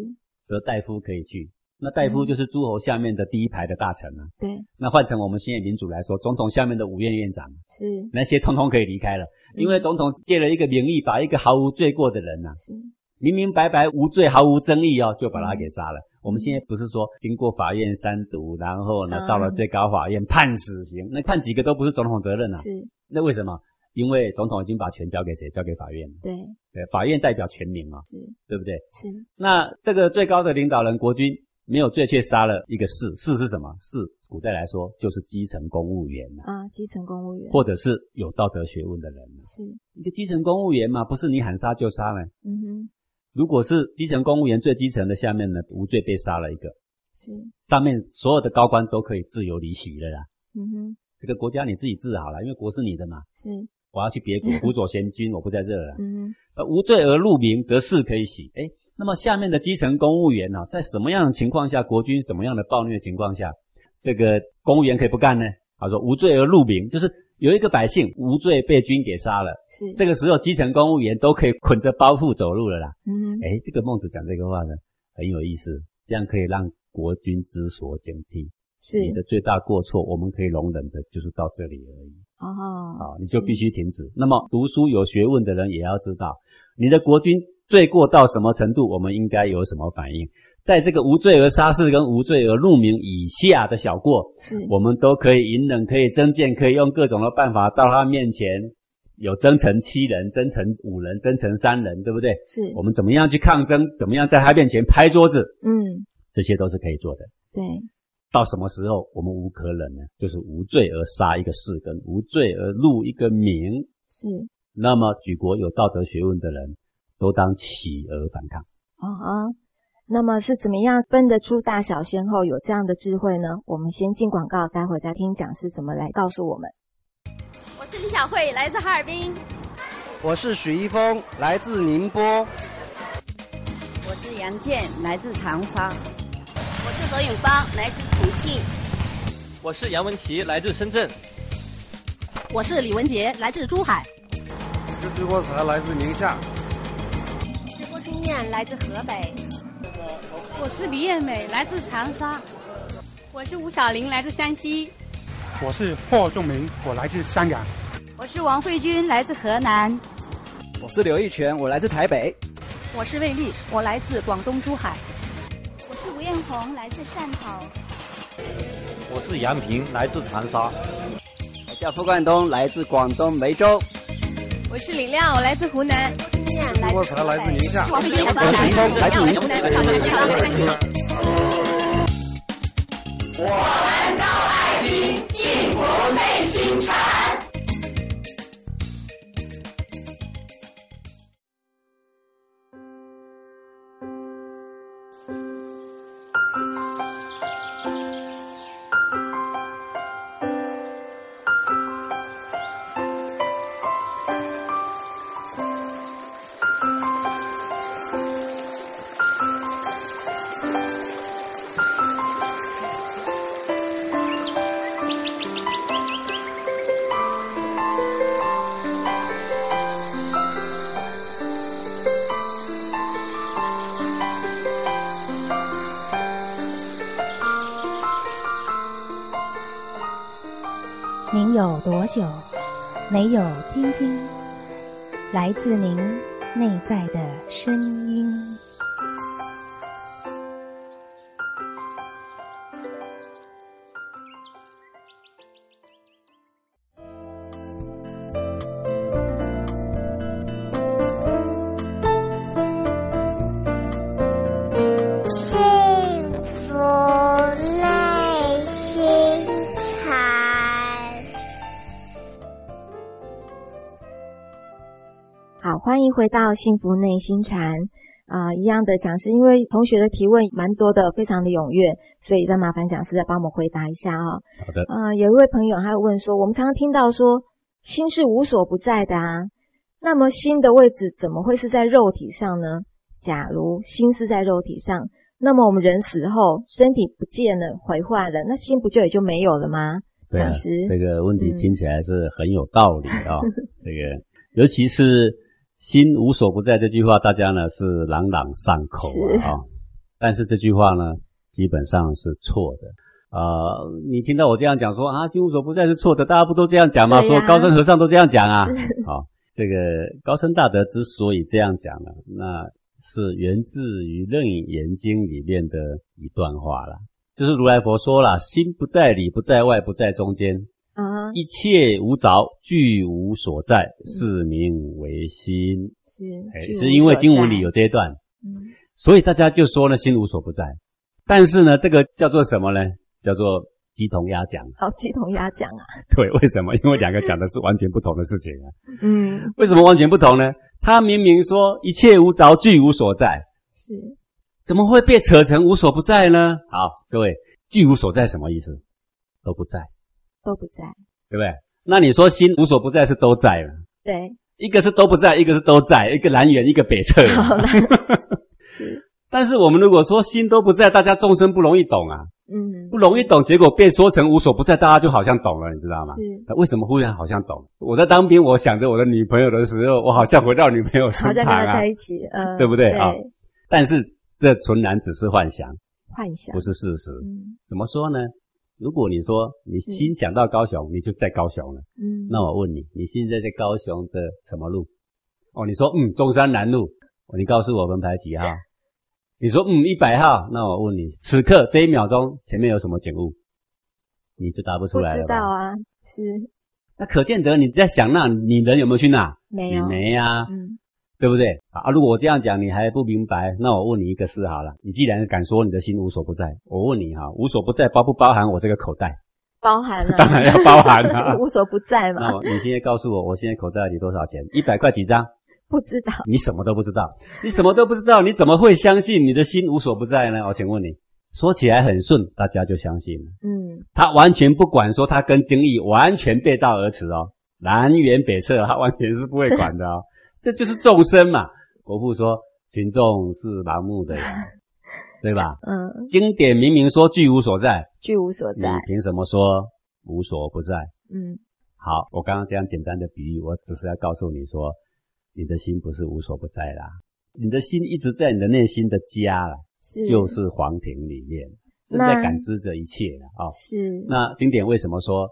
[SPEAKER 2] 则大夫可以去。那大
[SPEAKER 1] 嗯
[SPEAKER 2] 夫就是诸侯下面的第一排的大臣啊。
[SPEAKER 1] 对，
[SPEAKER 2] 那换成我们现在民主来说，总统下面的五院院长，
[SPEAKER 1] 是，
[SPEAKER 2] 那些通通可以离开了，因为
[SPEAKER 1] 嗯
[SPEAKER 2] 总统借了一个名义，把一个毫无罪过的人呐、
[SPEAKER 1] 是，
[SPEAKER 2] 明明白白无罪毫无争议哦，就把他给杀了。我们现在不是说经过法院三读，然后呢
[SPEAKER 1] 嗯
[SPEAKER 2] 到了最高法院判死刑，那判几个都不是总统责任啊。
[SPEAKER 1] 是，
[SPEAKER 2] 那为什么？因为总统已经把权交给谁？交给法院了。
[SPEAKER 1] 对，
[SPEAKER 2] 对，法院代表全民嘛，
[SPEAKER 1] 是，
[SPEAKER 2] 对不对？
[SPEAKER 1] 是，
[SPEAKER 2] 那这个最高的领导人国军没有罪，却杀了一个士。士是什么？士古代来说就是基层公务员啊，
[SPEAKER 1] 啊，基层公务员，
[SPEAKER 2] 或者是有道德学问的人啊。
[SPEAKER 1] 是，
[SPEAKER 2] 一个基层公务员嘛，不是你喊杀就杀呢。
[SPEAKER 1] 嗯哼，
[SPEAKER 2] 如果是基层公务员最基层的，下面呢无罪被杀了一个，
[SPEAKER 1] 是，
[SPEAKER 2] 上面所有的高官都可以自由离席了啦。
[SPEAKER 1] 嗯哼，
[SPEAKER 2] 这个国家你自己治好了，因为国是你的嘛。
[SPEAKER 1] 是，
[SPEAKER 2] 我要去别国，辅佐贤君，我不在这了啦。
[SPEAKER 1] 嗯哼，
[SPEAKER 2] 呃无罪而入民，则事可以洗。哎，那么下面的基层公务员呢、啊在什么样的情况下，国军什么样的暴虐情况下，这个公务员可以不干呢？他说无罪而入民，就是有一个百姓无罪被军给杀了，
[SPEAKER 1] 是，
[SPEAKER 2] 这
[SPEAKER 1] 个，
[SPEAKER 2] 个时候基层公务员都可以捆着包袱走路了啦。
[SPEAKER 1] 嗯哼，
[SPEAKER 2] 哎，这个孟子讲这个话呢，很有意思，这样可以让国君之所警惕。
[SPEAKER 1] 是，
[SPEAKER 2] 你的最大过错，我们可以容忍的就是到这里而已。
[SPEAKER 1] 哦，
[SPEAKER 2] 好，啊你就必须停止。那么读书有学问的人也要知道，你的国君罪过到什么程度，我们应该有什么反应。在这个无罪而杀士跟无罪而入民以下的小过，
[SPEAKER 1] 是，
[SPEAKER 2] 我们都可以隐忍，可以增见，可以用各种的办法到他面前，有增成七人，增成五人，增成三人，对不对？
[SPEAKER 1] 是，
[SPEAKER 2] 我们怎么样去抗争，怎么样在他面前拍桌子，
[SPEAKER 1] 嗯，
[SPEAKER 2] 这些都是可以做的。
[SPEAKER 1] 对，
[SPEAKER 2] 到什么时候我们无可忍呢？就是无罪而杀一个士根，无罪而入一个民。
[SPEAKER 1] 是，
[SPEAKER 2] 那么举国有道德学问的人都当起而反抗。
[SPEAKER 1] 哦哈。那么是怎么样分得出大小先后，有这样的智慧呢？我们先进广告，待会儿再听讲师怎么来告诉我们。
[SPEAKER 3] 我是李小慧，来自哈尔滨。
[SPEAKER 4] 我是许一峰，来自宁波。
[SPEAKER 3] 我是杨健，来自长沙。我是何永芳，来自重庆。
[SPEAKER 5] 我是杨文琪，来自深圳。
[SPEAKER 3] 我是李文杰，来自珠海。
[SPEAKER 4] 是朱国才来自宁夏。
[SPEAKER 3] 是郭春燕，来自河北。
[SPEAKER 6] 我是李艳美，来自长沙。我是吴小玲，来自山西。
[SPEAKER 7] 我是霍仲明，我来自香港。
[SPEAKER 3] 我是王慧君，来自河南。
[SPEAKER 4] 我是刘义全，我来自台北。
[SPEAKER 3] 我是魏丽，我来自广东珠海。我是吴艳红，来自汕头。
[SPEAKER 5] 我是杨平，来自长沙。
[SPEAKER 4] 我叫傅冠东，来自广东梅州。
[SPEAKER 6] 我是李亮，我来自湖南。
[SPEAKER 3] 朱国才来自宁夏。我是杨
[SPEAKER 4] 我是一峰，来自宁
[SPEAKER 3] 我来自宁夏来自宁夏
[SPEAKER 8] 有多久没有听听来自您内在的声音？
[SPEAKER 9] 幸福内心禅。
[SPEAKER 1] 好，欢迎回到幸福内心禅。呃，一样的讲师，因为同学的提问蛮多的，非常的踊跃，所以再麻烦讲师再帮我们回答一下哈、哦。
[SPEAKER 2] 好的，
[SPEAKER 1] 呃，有一位朋友他问说，我们常常听到说心是无所不在的啊，那么心的位置怎么会是在肉体上呢？假如心是在肉体上，那么我们人死后身体不见了、毁坏了，那心不就也就没有了吗？
[SPEAKER 2] 对啊
[SPEAKER 1] 讲师，
[SPEAKER 2] 这个问题
[SPEAKER 1] 嗯
[SPEAKER 2] 听起来是很有道理啊、 这个尤其是“心无所不在”这句话，大家呢是朗朗上口
[SPEAKER 1] 是
[SPEAKER 2] 啊、哦但是这句话呢，基本上是错的。呃，你听到我这样讲说啊，心无所不在是错的，大家不都这样讲吗？
[SPEAKER 1] 对
[SPEAKER 2] 说
[SPEAKER 1] 呀
[SPEAKER 2] 高僧和尚都这样讲 啊
[SPEAKER 1] 是。
[SPEAKER 2] 好、这个高僧大德之所以这样讲呢，那是源自于《楞严经》里面的一段话啦，就是如来佛说啦，心不在里，不在外，不在中间，
[SPEAKER 1] 啊，
[SPEAKER 2] 一切无着，具无所在，是名为心。
[SPEAKER 1] 是
[SPEAKER 2] 哎
[SPEAKER 1] 据
[SPEAKER 2] 是
[SPEAKER 1] 我
[SPEAKER 2] 因为
[SPEAKER 1] 所
[SPEAKER 2] 经文
[SPEAKER 1] 在
[SPEAKER 2] 里有这一段，
[SPEAKER 1] 嗯
[SPEAKER 2] 所以大家就说呢，心无所不在。但是呢，这个叫做什么呢？叫做鸡同鸭讲。
[SPEAKER 1] 好鸡同鸭讲啊，
[SPEAKER 2] 对，为什么？因为两个讲的是完全不同的事情啊。
[SPEAKER 1] 嗯，
[SPEAKER 2] 为什么完全不同呢？他明明说一切无着，具无所在，
[SPEAKER 1] 是
[SPEAKER 2] 怎么会被扯成无所不在呢？好，各位，具无所在什么意思？都不在，
[SPEAKER 1] 都不在，
[SPEAKER 2] 对不对？那你说心无所不在是都在了，
[SPEAKER 1] 对，
[SPEAKER 2] 一个是都不在，一个是都在，一个南辕，一个北辙。
[SPEAKER 1] 好啦 是，
[SPEAKER 2] 但是我们如果说心都不在，大家众生不容易懂啊，
[SPEAKER 1] 嗯，
[SPEAKER 2] 不容易懂，结果被说成无所不在，大家就好像懂了，你知道吗？
[SPEAKER 1] 是
[SPEAKER 2] 那为什么忽然好像懂？我在当兵，我想着我的女朋友的时候，我好像回到女朋友身
[SPEAKER 1] 好像
[SPEAKER 2] 旁
[SPEAKER 1] 跟他
[SPEAKER 2] 啊
[SPEAKER 1] 在。一起，呃，
[SPEAKER 2] 对不对啊但是这纯然只是幻想，
[SPEAKER 1] 幻想
[SPEAKER 2] 不，是事实。
[SPEAKER 1] 嗯
[SPEAKER 2] 怎么说呢？如果你说你心想到高雄，你就在高雄了。
[SPEAKER 1] 嗯，
[SPEAKER 2] 那我问你，你现在在高雄的什么路？哦，你说嗯，中山南路。哦你告诉我门牌几 号？你说嗯，一百号。那我问你，此刻这一秒钟前面有什么景物？你就答不出
[SPEAKER 1] 不
[SPEAKER 2] 来
[SPEAKER 1] 知
[SPEAKER 2] 了
[SPEAKER 1] 道
[SPEAKER 2] 吧？
[SPEAKER 1] 啊，是
[SPEAKER 2] 那可见得你在想那，你人有没有去那？
[SPEAKER 1] 没
[SPEAKER 2] 你
[SPEAKER 1] 有，
[SPEAKER 2] 没啊呀、
[SPEAKER 1] 嗯，
[SPEAKER 2] 对不对？啊，如果我这样讲你还不明白，那我问你一个事好了，你既然敢说你的心无所不在，我问你哈、无所不在包不包含我这个口袋？
[SPEAKER 1] 包含了，
[SPEAKER 2] 当然要包含 啊
[SPEAKER 1] 无所不在
[SPEAKER 2] 那
[SPEAKER 1] 嘛，
[SPEAKER 2] 我你现在告诉我，我现在口袋里多少钱？一百块几张？
[SPEAKER 1] 不知道，
[SPEAKER 2] 你什么都不知道，你什么都不知道，你怎么会相信你的心无所不在呢？我请问你，说起来很顺，大家就相信了。
[SPEAKER 1] 嗯，
[SPEAKER 2] 他完全不管说他跟经义完全背道而驰哦，南辕北辙， 他完全是不会管的哦。这就是众生嘛。国父说，群众是盲 目的人，对吧？
[SPEAKER 1] 嗯，
[SPEAKER 2] 经典明明说具无所在，
[SPEAKER 1] 据无所
[SPEAKER 2] 你
[SPEAKER 1] 在，
[SPEAKER 2] 凭什么说无所不在？
[SPEAKER 1] 嗯，
[SPEAKER 2] 好，我刚刚这样简单的比喻，我只是要告诉你说，你的心不是无所不在啦，你的心一直在你的内心的家啦，
[SPEAKER 1] 是，
[SPEAKER 2] 就是皇庭里面，正在
[SPEAKER 1] 那
[SPEAKER 2] 感知着一切了啊、哦
[SPEAKER 1] 是，
[SPEAKER 2] 那经典为什么说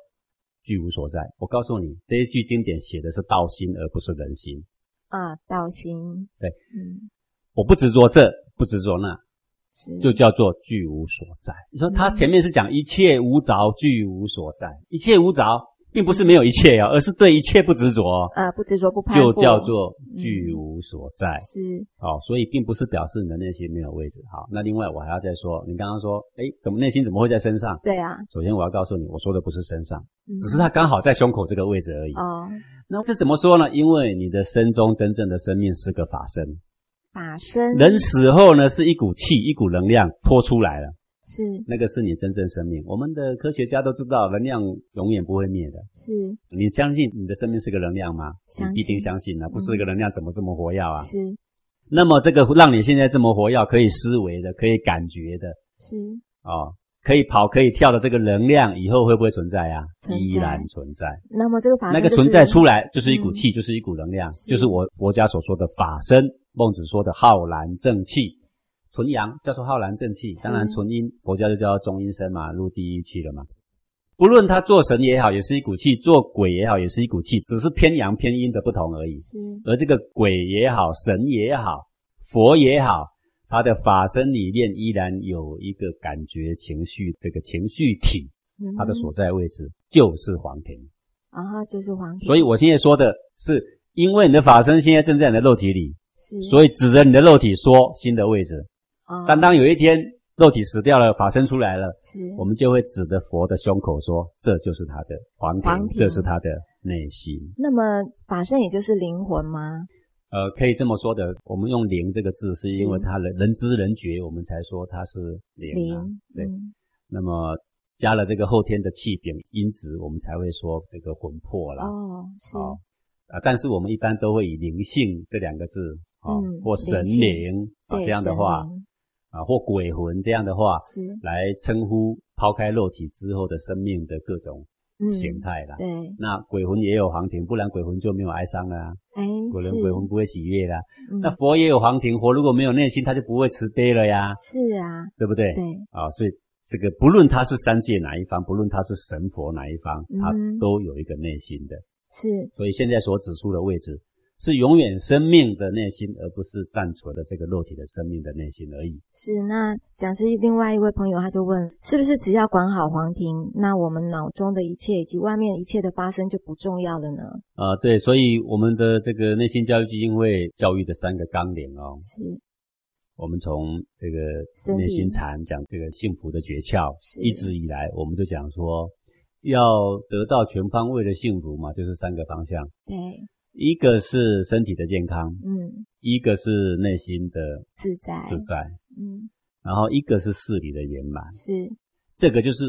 [SPEAKER 2] 具无所在？我告诉你，这一句经典写的是道心，而不是人心。
[SPEAKER 1] 啊，道心，
[SPEAKER 2] 对，
[SPEAKER 1] 嗯，
[SPEAKER 2] 我不执着这，不执着那，
[SPEAKER 1] 是，
[SPEAKER 2] 就叫做具无所在。你说他
[SPEAKER 1] 嗯
[SPEAKER 2] 前面是讲一切无着，具无所在，一切无着，并不是没有一切哦，而是对一切不执着哦。
[SPEAKER 1] 啊，不执着不嗯攀
[SPEAKER 2] 就
[SPEAKER 1] 附，
[SPEAKER 2] 叫做具无所在、
[SPEAKER 1] 是，
[SPEAKER 2] 哦，所以并不是表示你的内心没有位置。好，那另外我还要再说，你刚刚说，哎，怎么内心怎么会在身上？
[SPEAKER 1] 对啊，
[SPEAKER 2] 首先我要告诉你，我说的不是身上，
[SPEAKER 1] 嗯
[SPEAKER 2] 只是它刚好在胸口这个位置而已。
[SPEAKER 1] 哦，
[SPEAKER 2] 那这怎么说呢？因为你的身中真正的生命是个法身，
[SPEAKER 1] 法身
[SPEAKER 2] 人死后呢是一股气、一股能量脱出来了，
[SPEAKER 1] 是
[SPEAKER 2] 那个是你真正生命。我们的科学家都知道，能量永远不会灭的。
[SPEAKER 1] 是
[SPEAKER 2] 你相信你的生命是个能量吗？你
[SPEAKER 1] 相信嗯
[SPEAKER 2] 必定相信啊，不是个能量怎么这么活跃啊？
[SPEAKER 1] 是
[SPEAKER 2] 那么这个让你现在这么活跃、可以思维的、可以感觉的
[SPEAKER 1] 是，
[SPEAKER 2] 哦，可以跑、可以跳的这个能量，以后会不会存在啊？
[SPEAKER 1] 存在
[SPEAKER 2] 依然存在。
[SPEAKER 1] 那么这个法
[SPEAKER 2] 那
[SPEAKER 1] 身
[SPEAKER 2] 个
[SPEAKER 1] 就是嗯
[SPEAKER 2] 存在出来就是一股气，就是一股能量，
[SPEAKER 1] 是
[SPEAKER 2] 就是我佛家所说的法身，孟子说的浩然正气。纯阳叫做浩然正气，
[SPEAKER 1] 是
[SPEAKER 2] 当然纯阴，佛家就叫中阴身嘛，入地狱去了嘛。不论他做神也好，也是一股气；做鬼也好，也是一股气，只是偏阳偏阴的不同而已。
[SPEAKER 1] 是
[SPEAKER 2] 而这个鬼也好，神也好，佛也好，他的法身里面依然有一个感觉情绪，这个情绪体，它的所在位置就是黄庭。
[SPEAKER 1] 嗯啊，然后就是黄体，
[SPEAKER 2] 所以我现在说的是，因为你的法身现在正在你的肉体里，
[SPEAKER 1] 是
[SPEAKER 2] 所以指着你的肉体说新的位置。
[SPEAKER 1] 啊
[SPEAKER 2] 但当有一天肉体死掉了，法身出来了，
[SPEAKER 1] 是
[SPEAKER 2] 我们就会指着佛的胸口说，这就是他的黄
[SPEAKER 1] 黄
[SPEAKER 2] 庭，
[SPEAKER 1] 庭
[SPEAKER 2] 这是他的内心。
[SPEAKER 1] 那么法身也就是灵魂吗？
[SPEAKER 2] 呃，可以这么说的，我们用“灵”这个字，是因为
[SPEAKER 1] 是
[SPEAKER 2] 它人人知人觉，我们才说它是灵、啊。
[SPEAKER 1] 灵
[SPEAKER 2] 对
[SPEAKER 1] 嗯
[SPEAKER 2] 那么加了这个后天的气禀因子，我们才会说这个魂魄啦。
[SPEAKER 1] 哦是
[SPEAKER 2] 好啊，但是我们一般都会以灵性这两个字啊，
[SPEAKER 1] 嗯
[SPEAKER 2] 或神
[SPEAKER 1] 灵性
[SPEAKER 2] 灵啊
[SPEAKER 1] 对
[SPEAKER 2] 这样的话
[SPEAKER 1] 神灵
[SPEAKER 2] 啊，或鬼魂这样的话，
[SPEAKER 1] 是
[SPEAKER 2] 来称呼抛开肉体之后的生命的各种
[SPEAKER 1] 嗯
[SPEAKER 2] 形态啦。
[SPEAKER 1] 对
[SPEAKER 2] 那鬼魂也有黄庭，不然鬼魂就没有哀伤啦、
[SPEAKER 1] 哎
[SPEAKER 2] 鬼
[SPEAKER 1] 是
[SPEAKER 2] 魂鬼魂不会喜悦啦、
[SPEAKER 1] 嗯
[SPEAKER 2] 那佛也有黄庭，佛如果没有内心，他就不会慈悲了呀，
[SPEAKER 1] 是啊
[SPEAKER 2] 对不对？
[SPEAKER 1] 对
[SPEAKER 2] 啊，所以这个不论他是三界哪一方，不论他是神佛哪一方，他
[SPEAKER 1] 嗯哼
[SPEAKER 2] 都有一个内心的。
[SPEAKER 1] 是
[SPEAKER 2] 所以现在所指出的位置，是永远生命的内心，而不是暂存的这个肉体的生命的内心而已。
[SPEAKER 1] 是，那讲师另外一位朋友他就问，是不是只要管好黄庭，那我们脑中的一切以及外面一切的发生就不重要了呢？
[SPEAKER 2] 啊、对，所以我们的这个内心教育基金会教育的三个纲领哦，
[SPEAKER 1] 是
[SPEAKER 2] 我们从这个
[SPEAKER 1] 身体
[SPEAKER 2] 内心禅讲这个幸福的诀窍
[SPEAKER 1] 是，
[SPEAKER 2] 一直以来我们就讲说，要得到全方位的幸福嘛，就是三个方向，
[SPEAKER 1] 对，
[SPEAKER 2] 一个是身体的健康，
[SPEAKER 1] 嗯，
[SPEAKER 2] 一个是内心的
[SPEAKER 1] 自在，
[SPEAKER 2] 自在，
[SPEAKER 1] 嗯，
[SPEAKER 2] 然后一个是事理的圆满。
[SPEAKER 1] 是
[SPEAKER 2] 这个就是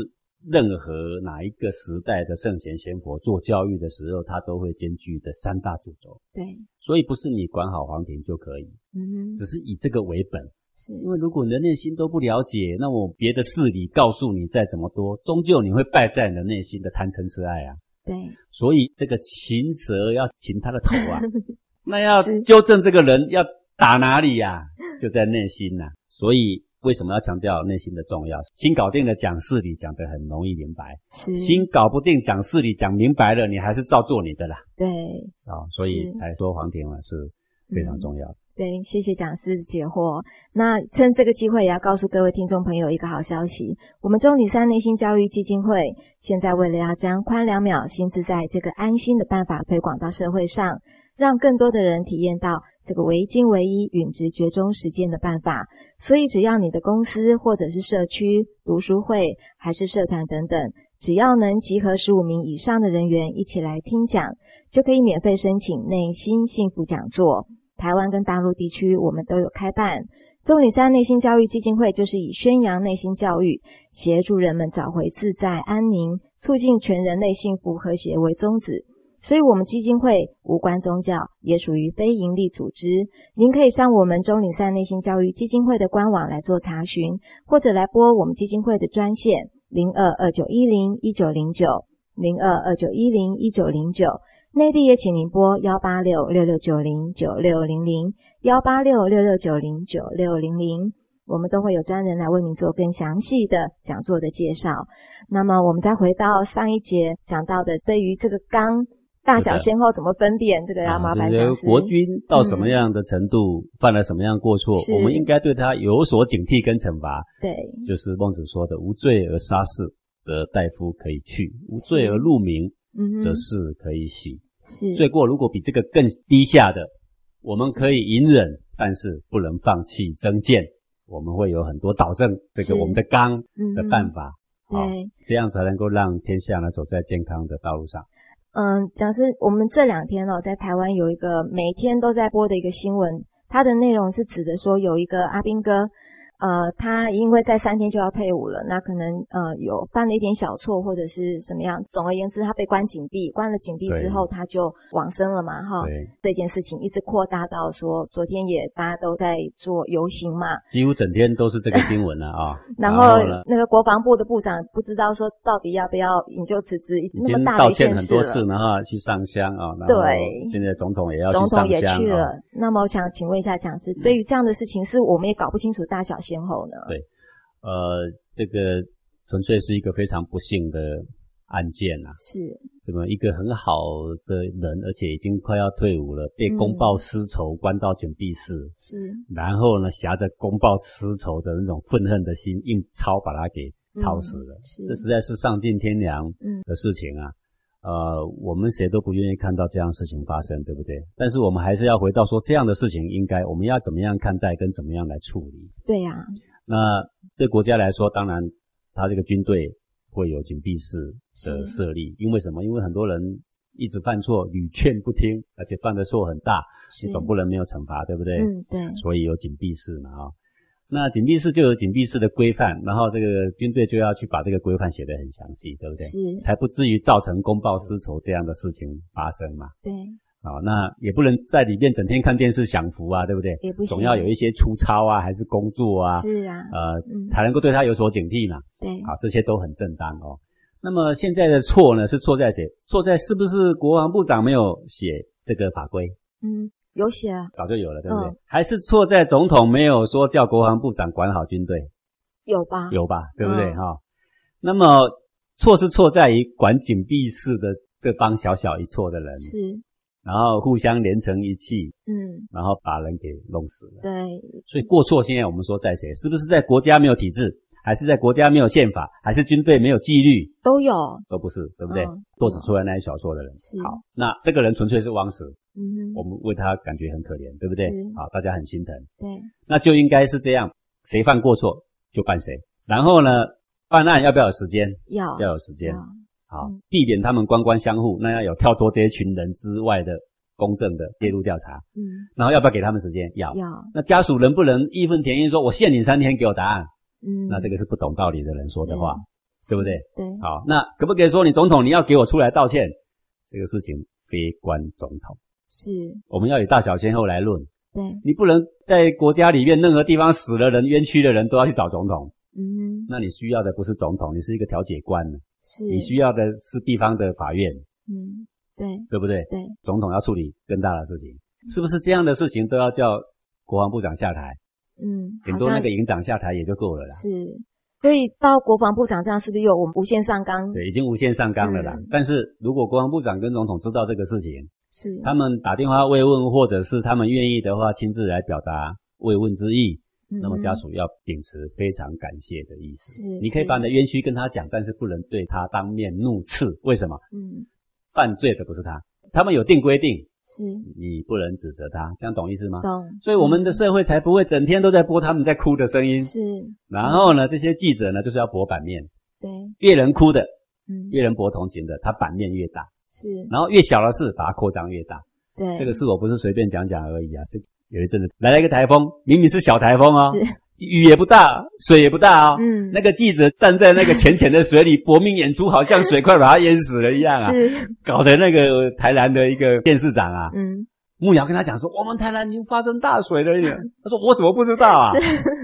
[SPEAKER 2] 任何哪一个时代的圣贤仙佛做教育的时候，他都会兼具的三大主轴。
[SPEAKER 1] 对，
[SPEAKER 2] 所以不是你管好黄庭就可以，
[SPEAKER 1] 嗯哼，
[SPEAKER 2] 只是以这个为本。
[SPEAKER 1] 是
[SPEAKER 2] 因为如果你的内心都不了解，那我别的事理告诉你再怎么多，终究你会败在你的内心的贪嗔痴爱啊。
[SPEAKER 1] 对，
[SPEAKER 2] 所以这个擒蛇要擒他的头 啊，那要
[SPEAKER 1] 是
[SPEAKER 2] 纠正这个人要打哪里呀、就在内心呐、所以为什么要强调内心的重要？心搞定了，讲事理讲得很容易明白；啊
[SPEAKER 1] 是
[SPEAKER 2] 心搞不定，讲事理讲明白了，你还是照做你的啦。
[SPEAKER 1] 对，
[SPEAKER 2] 啊、所以
[SPEAKER 1] 是
[SPEAKER 2] 才说黄庭啊是非常
[SPEAKER 1] 嗯
[SPEAKER 2] 重要的。
[SPEAKER 1] 对，谢谢讲师解惑。那趁这个机会，也要告诉各位听众朋友一个好消息：我们钟离山内心教育基金会现在为了要将宽两秒心自在这个安心的办法推广到社会上，让更多的人体验到这个唯精唯一、允直觉中实践的办法。所以，只要你的公司或者是社区、读书会还是社团等等，只要能集合十五名以上的人员一起来听讲，就可以免费申请内心幸福讲座。台湾跟大陆地区我们都有开办。钟岭山内心教育基金会就是以宣扬内心教育，协助人们找回自在安宁，促进全人类幸福和谐为宗旨。所以，我们基金会无关宗教，也属于非营利组织。您可以上我们钟岭山内心教育基金会的官网来做查询，或者来拨我们基金会的专线零二二九一零一九零九零二二九一零一九零九。内地也请您拨幺八六六六九零九六零零幺八六六六九零九六零零，我们都会有专人来为您做更详细的讲座的介绍。那么，我们再回到上一节讲到的，对于这个纲大小
[SPEAKER 2] 是的
[SPEAKER 1] 先后怎么分辨，这个要
[SPEAKER 2] 啊，
[SPEAKER 1] 麻烦
[SPEAKER 2] 就是
[SPEAKER 1] 讲师。嗯
[SPEAKER 2] 国君到什么样的程度，犯了什么样的过错，
[SPEAKER 1] 是嗯
[SPEAKER 2] 我们应该对他有所警惕跟惩罚。
[SPEAKER 1] 对
[SPEAKER 2] 就是孟子说的“无罪而杀士，则大夫可以去；无罪而入民，
[SPEAKER 1] 嗯哼
[SPEAKER 2] 则士可以喜。
[SPEAKER 1] 是
[SPEAKER 2] 罪过如果比这个更低下的，我们可以隐忍，但是不能放弃增见。我们会有很多导正这
[SPEAKER 1] 是
[SPEAKER 2] 个我们的纲
[SPEAKER 1] 嗯
[SPEAKER 2] 的
[SPEAKER 1] 哼
[SPEAKER 2] 办法，啊好
[SPEAKER 1] 对。
[SPEAKER 2] 这样才能够让天下呢走在健康的道路上。
[SPEAKER 1] 嗯，讲师，我们这两天哦，在台湾有一个每天都在播的一个新闻，它的内容是指的说有一个阿兵哥，呃，他因为在三天就要退伍了，那可能呃有犯了一点小错或者是什么样，总而言之，他被关紧闭，关了紧闭之
[SPEAKER 2] 对
[SPEAKER 1] 后他就往生了嘛，哈。
[SPEAKER 2] 对，
[SPEAKER 1] 这件事情一直扩大到说，昨天也大家都在做游行嘛，
[SPEAKER 2] 几乎整天都是这个新闻了啊。
[SPEAKER 1] 然后
[SPEAKER 2] 呢？
[SPEAKER 1] 那个国防部的部长不知道说到底要不要引咎辞职，
[SPEAKER 2] 已
[SPEAKER 1] 那
[SPEAKER 2] 经
[SPEAKER 1] 么大的
[SPEAKER 2] 道
[SPEAKER 1] 一件
[SPEAKER 2] 歉很多
[SPEAKER 1] 事
[SPEAKER 2] 次
[SPEAKER 1] 了。
[SPEAKER 2] 了哈，去上香啊，然后
[SPEAKER 1] 对
[SPEAKER 2] 现在总统也要
[SPEAKER 1] 总
[SPEAKER 2] 去
[SPEAKER 1] 统
[SPEAKER 2] 上嗯
[SPEAKER 1] 也
[SPEAKER 2] 香
[SPEAKER 1] 去
[SPEAKER 2] 啊。
[SPEAKER 1] 了。那么我想请问一下讲师，对于这样的事情，是我们也搞不清楚大小先后呢？
[SPEAKER 2] 对呃，这个纯粹是一个非常不幸的案件啊，
[SPEAKER 1] 是
[SPEAKER 2] 什么一个很好的人，而且已经快要退伍了，被公报私仇，关到禁闭室，
[SPEAKER 1] 是，
[SPEAKER 2] 然后呢，挟着公报私仇的那种愤恨的心，硬抄把他给抄死了。
[SPEAKER 1] 是
[SPEAKER 2] 这实在是丧尽天良
[SPEAKER 1] 嗯
[SPEAKER 2] 的事情啊！呃，我们谁都不愿意看到这样的事情发生，对不对？但是我们还是要回到说，这样的事情应该我们要怎么样看待，跟怎么样来处理。
[SPEAKER 1] 对啊呀、
[SPEAKER 2] 那对国家来说，当然他这个军队会有禁闭室的
[SPEAKER 1] 是
[SPEAKER 2] 设立，因为什么？因为很多人一直犯错，屡劝不听，而且犯的错很大，
[SPEAKER 1] 是
[SPEAKER 2] 你总不能没有惩罚，对不对？
[SPEAKER 1] 嗯，对，
[SPEAKER 2] 所以有紧闭式嘛啊、那紧闭式就有紧闭式的规范，然后这个军队就要去把这个规范写得很详细，对不对？
[SPEAKER 1] 是，
[SPEAKER 2] 才不至于造成公报私仇这样的事情发生嘛。
[SPEAKER 1] 对，
[SPEAKER 2] 啊、那也不能在里面整天看电视享福啊，对不对？
[SPEAKER 1] 也不行
[SPEAKER 2] 总要有一些粗糙啊，还是工作啊，
[SPEAKER 1] 是啊，
[SPEAKER 2] 呃，
[SPEAKER 1] 嗯
[SPEAKER 2] 才能够对他有所警惕嘛。
[SPEAKER 1] 对，
[SPEAKER 2] 啊，这些都很正当哦。那么现在的错呢，是错在谁？错在是不是国防部长没有写这个法规？
[SPEAKER 1] 嗯，有写啊
[SPEAKER 2] 早就有了，对不对？
[SPEAKER 1] 嗯
[SPEAKER 2] 还是错在总统没有说叫国防部长管好军队，
[SPEAKER 1] 有吧？
[SPEAKER 2] 有吧？对不对？
[SPEAKER 1] 嗯
[SPEAKER 2] 哈、那么错是错在于管紧闭式的这帮小小一撮的人，
[SPEAKER 1] 是，
[SPEAKER 2] 然后互相连成一气，
[SPEAKER 1] 嗯，
[SPEAKER 2] 然后把人给弄死了。
[SPEAKER 1] 对，
[SPEAKER 2] 所以过错现在我们说在谁？是不是在国家没有体制，还是在国家没有宪法，还是军队没有纪律？
[SPEAKER 1] 都有，
[SPEAKER 2] 都不是，对不对
[SPEAKER 1] 嗯？
[SPEAKER 2] 都只出来那一小撮的人。
[SPEAKER 1] 是
[SPEAKER 2] 好，那这个人纯粹是枉死，
[SPEAKER 1] 嗯
[SPEAKER 2] 我
[SPEAKER 1] 哼，
[SPEAKER 2] 们为他感觉很可怜，对不对
[SPEAKER 1] 是？
[SPEAKER 2] 好，大家很心疼。
[SPEAKER 1] 对，
[SPEAKER 2] 那就应该是这样，谁犯过错就办谁。然后呢，办案要不要有时间？
[SPEAKER 1] 要
[SPEAKER 2] 要有时间，
[SPEAKER 1] 要
[SPEAKER 2] 好
[SPEAKER 1] 嗯，
[SPEAKER 2] 避免他们官官相护，那要有跳脱这一群人之外的公正的介入调查。
[SPEAKER 1] 嗯，
[SPEAKER 2] 然后要不要给他们时间？要。
[SPEAKER 1] 要，
[SPEAKER 2] 那家属能不能义愤填膺说：“我限你三天给我答案
[SPEAKER 1] 嗯，？”
[SPEAKER 2] 那这个是不懂道理的人说的话，
[SPEAKER 1] 是
[SPEAKER 2] 对不对？？
[SPEAKER 1] 对，
[SPEAKER 2] 好，那可不可以说你总统你要给我出来道歉？这个事情非关总统，
[SPEAKER 1] 是，
[SPEAKER 2] 我们要以大小先后来论。
[SPEAKER 1] 对，
[SPEAKER 2] 你不能在国家里面任何地方死了人、冤屈的人都要去找总统。
[SPEAKER 1] 嗯哼，
[SPEAKER 2] 那你需要的不是总统，你是一个调解官，
[SPEAKER 1] 是，
[SPEAKER 2] 你需要的是地方的法院，
[SPEAKER 1] 嗯，对，
[SPEAKER 2] 对不对？
[SPEAKER 1] 对，
[SPEAKER 2] 总统要处理更大的事情，是不是这样的事情都要叫国防部长下台？
[SPEAKER 1] 嗯，
[SPEAKER 2] 顶
[SPEAKER 1] 好
[SPEAKER 2] 多那
[SPEAKER 1] 像
[SPEAKER 2] 个营长下台也就够了啦。
[SPEAKER 1] 是。所以到国防部长这样，是不是有我们无限上纲？
[SPEAKER 2] 对，已经无限上纲了啦。
[SPEAKER 1] 嗯
[SPEAKER 2] 但是如果国防部长跟总统知道这个事情，
[SPEAKER 1] 是，
[SPEAKER 2] 他们打电话慰问，或者是他们愿意的话，亲自来表达慰问之意，那么
[SPEAKER 1] 嗯
[SPEAKER 2] 家属要秉持非常感谢的意思。
[SPEAKER 1] 是
[SPEAKER 2] 你可以
[SPEAKER 1] 是
[SPEAKER 2] 把你的冤屈跟他讲，但是不能对他当面怒斥。为什么？
[SPEAKER 1] 嗯，
[SPEAKER 2] 犯罪的不是他，他们有定规定，
[SPEAKER 1] 是
[SPEAKER 2] 你不能指责他，这样懂意思吗？
[SPEAKER 1] 懂。
[SPEAKER 2] 啊所以我们的社会才不会整天都在播他们在哭的声音
[SPEAKER 1] 嗯。是，
[SPEAKER 2] 然后呢，这些记者呢就是要博版面，
[SPEAKER 1] 对，
[SPEAKER 2] 越人哭的，
[SPEAKER 1] 嗯，
[SPEAKER 2] 越人博同情的，他版面越大，
[SPEAKER 1] 是，
[SPEAKER 2] 然后越小的事把它扩张越大。
[SPEAKER 1] 对，
[SPEAKER 2] 这个事我不是随便讲讲而已啊，是有一阵子来了一个台风，明明是小台风哦，
[SPEAKER 1] 是，
[SPEAKER 2] 雨也不大，水也不大哦。
[SPEAKER 1] 嗯，
[SPEAKER 2] 那个记者站在那个浅浅的水里搏命演出，好像水快把他淹死了一样啊！
[SPEAKER 1] 是，
[SPEAKER 2] 搞得那个台南的一个电视长啊，
[SPEAKER 1] 嗯，
[SPEAKER 2] 幕僚跟他讲说，我们台南已经发生大 水了。他说我怎么不知道啊？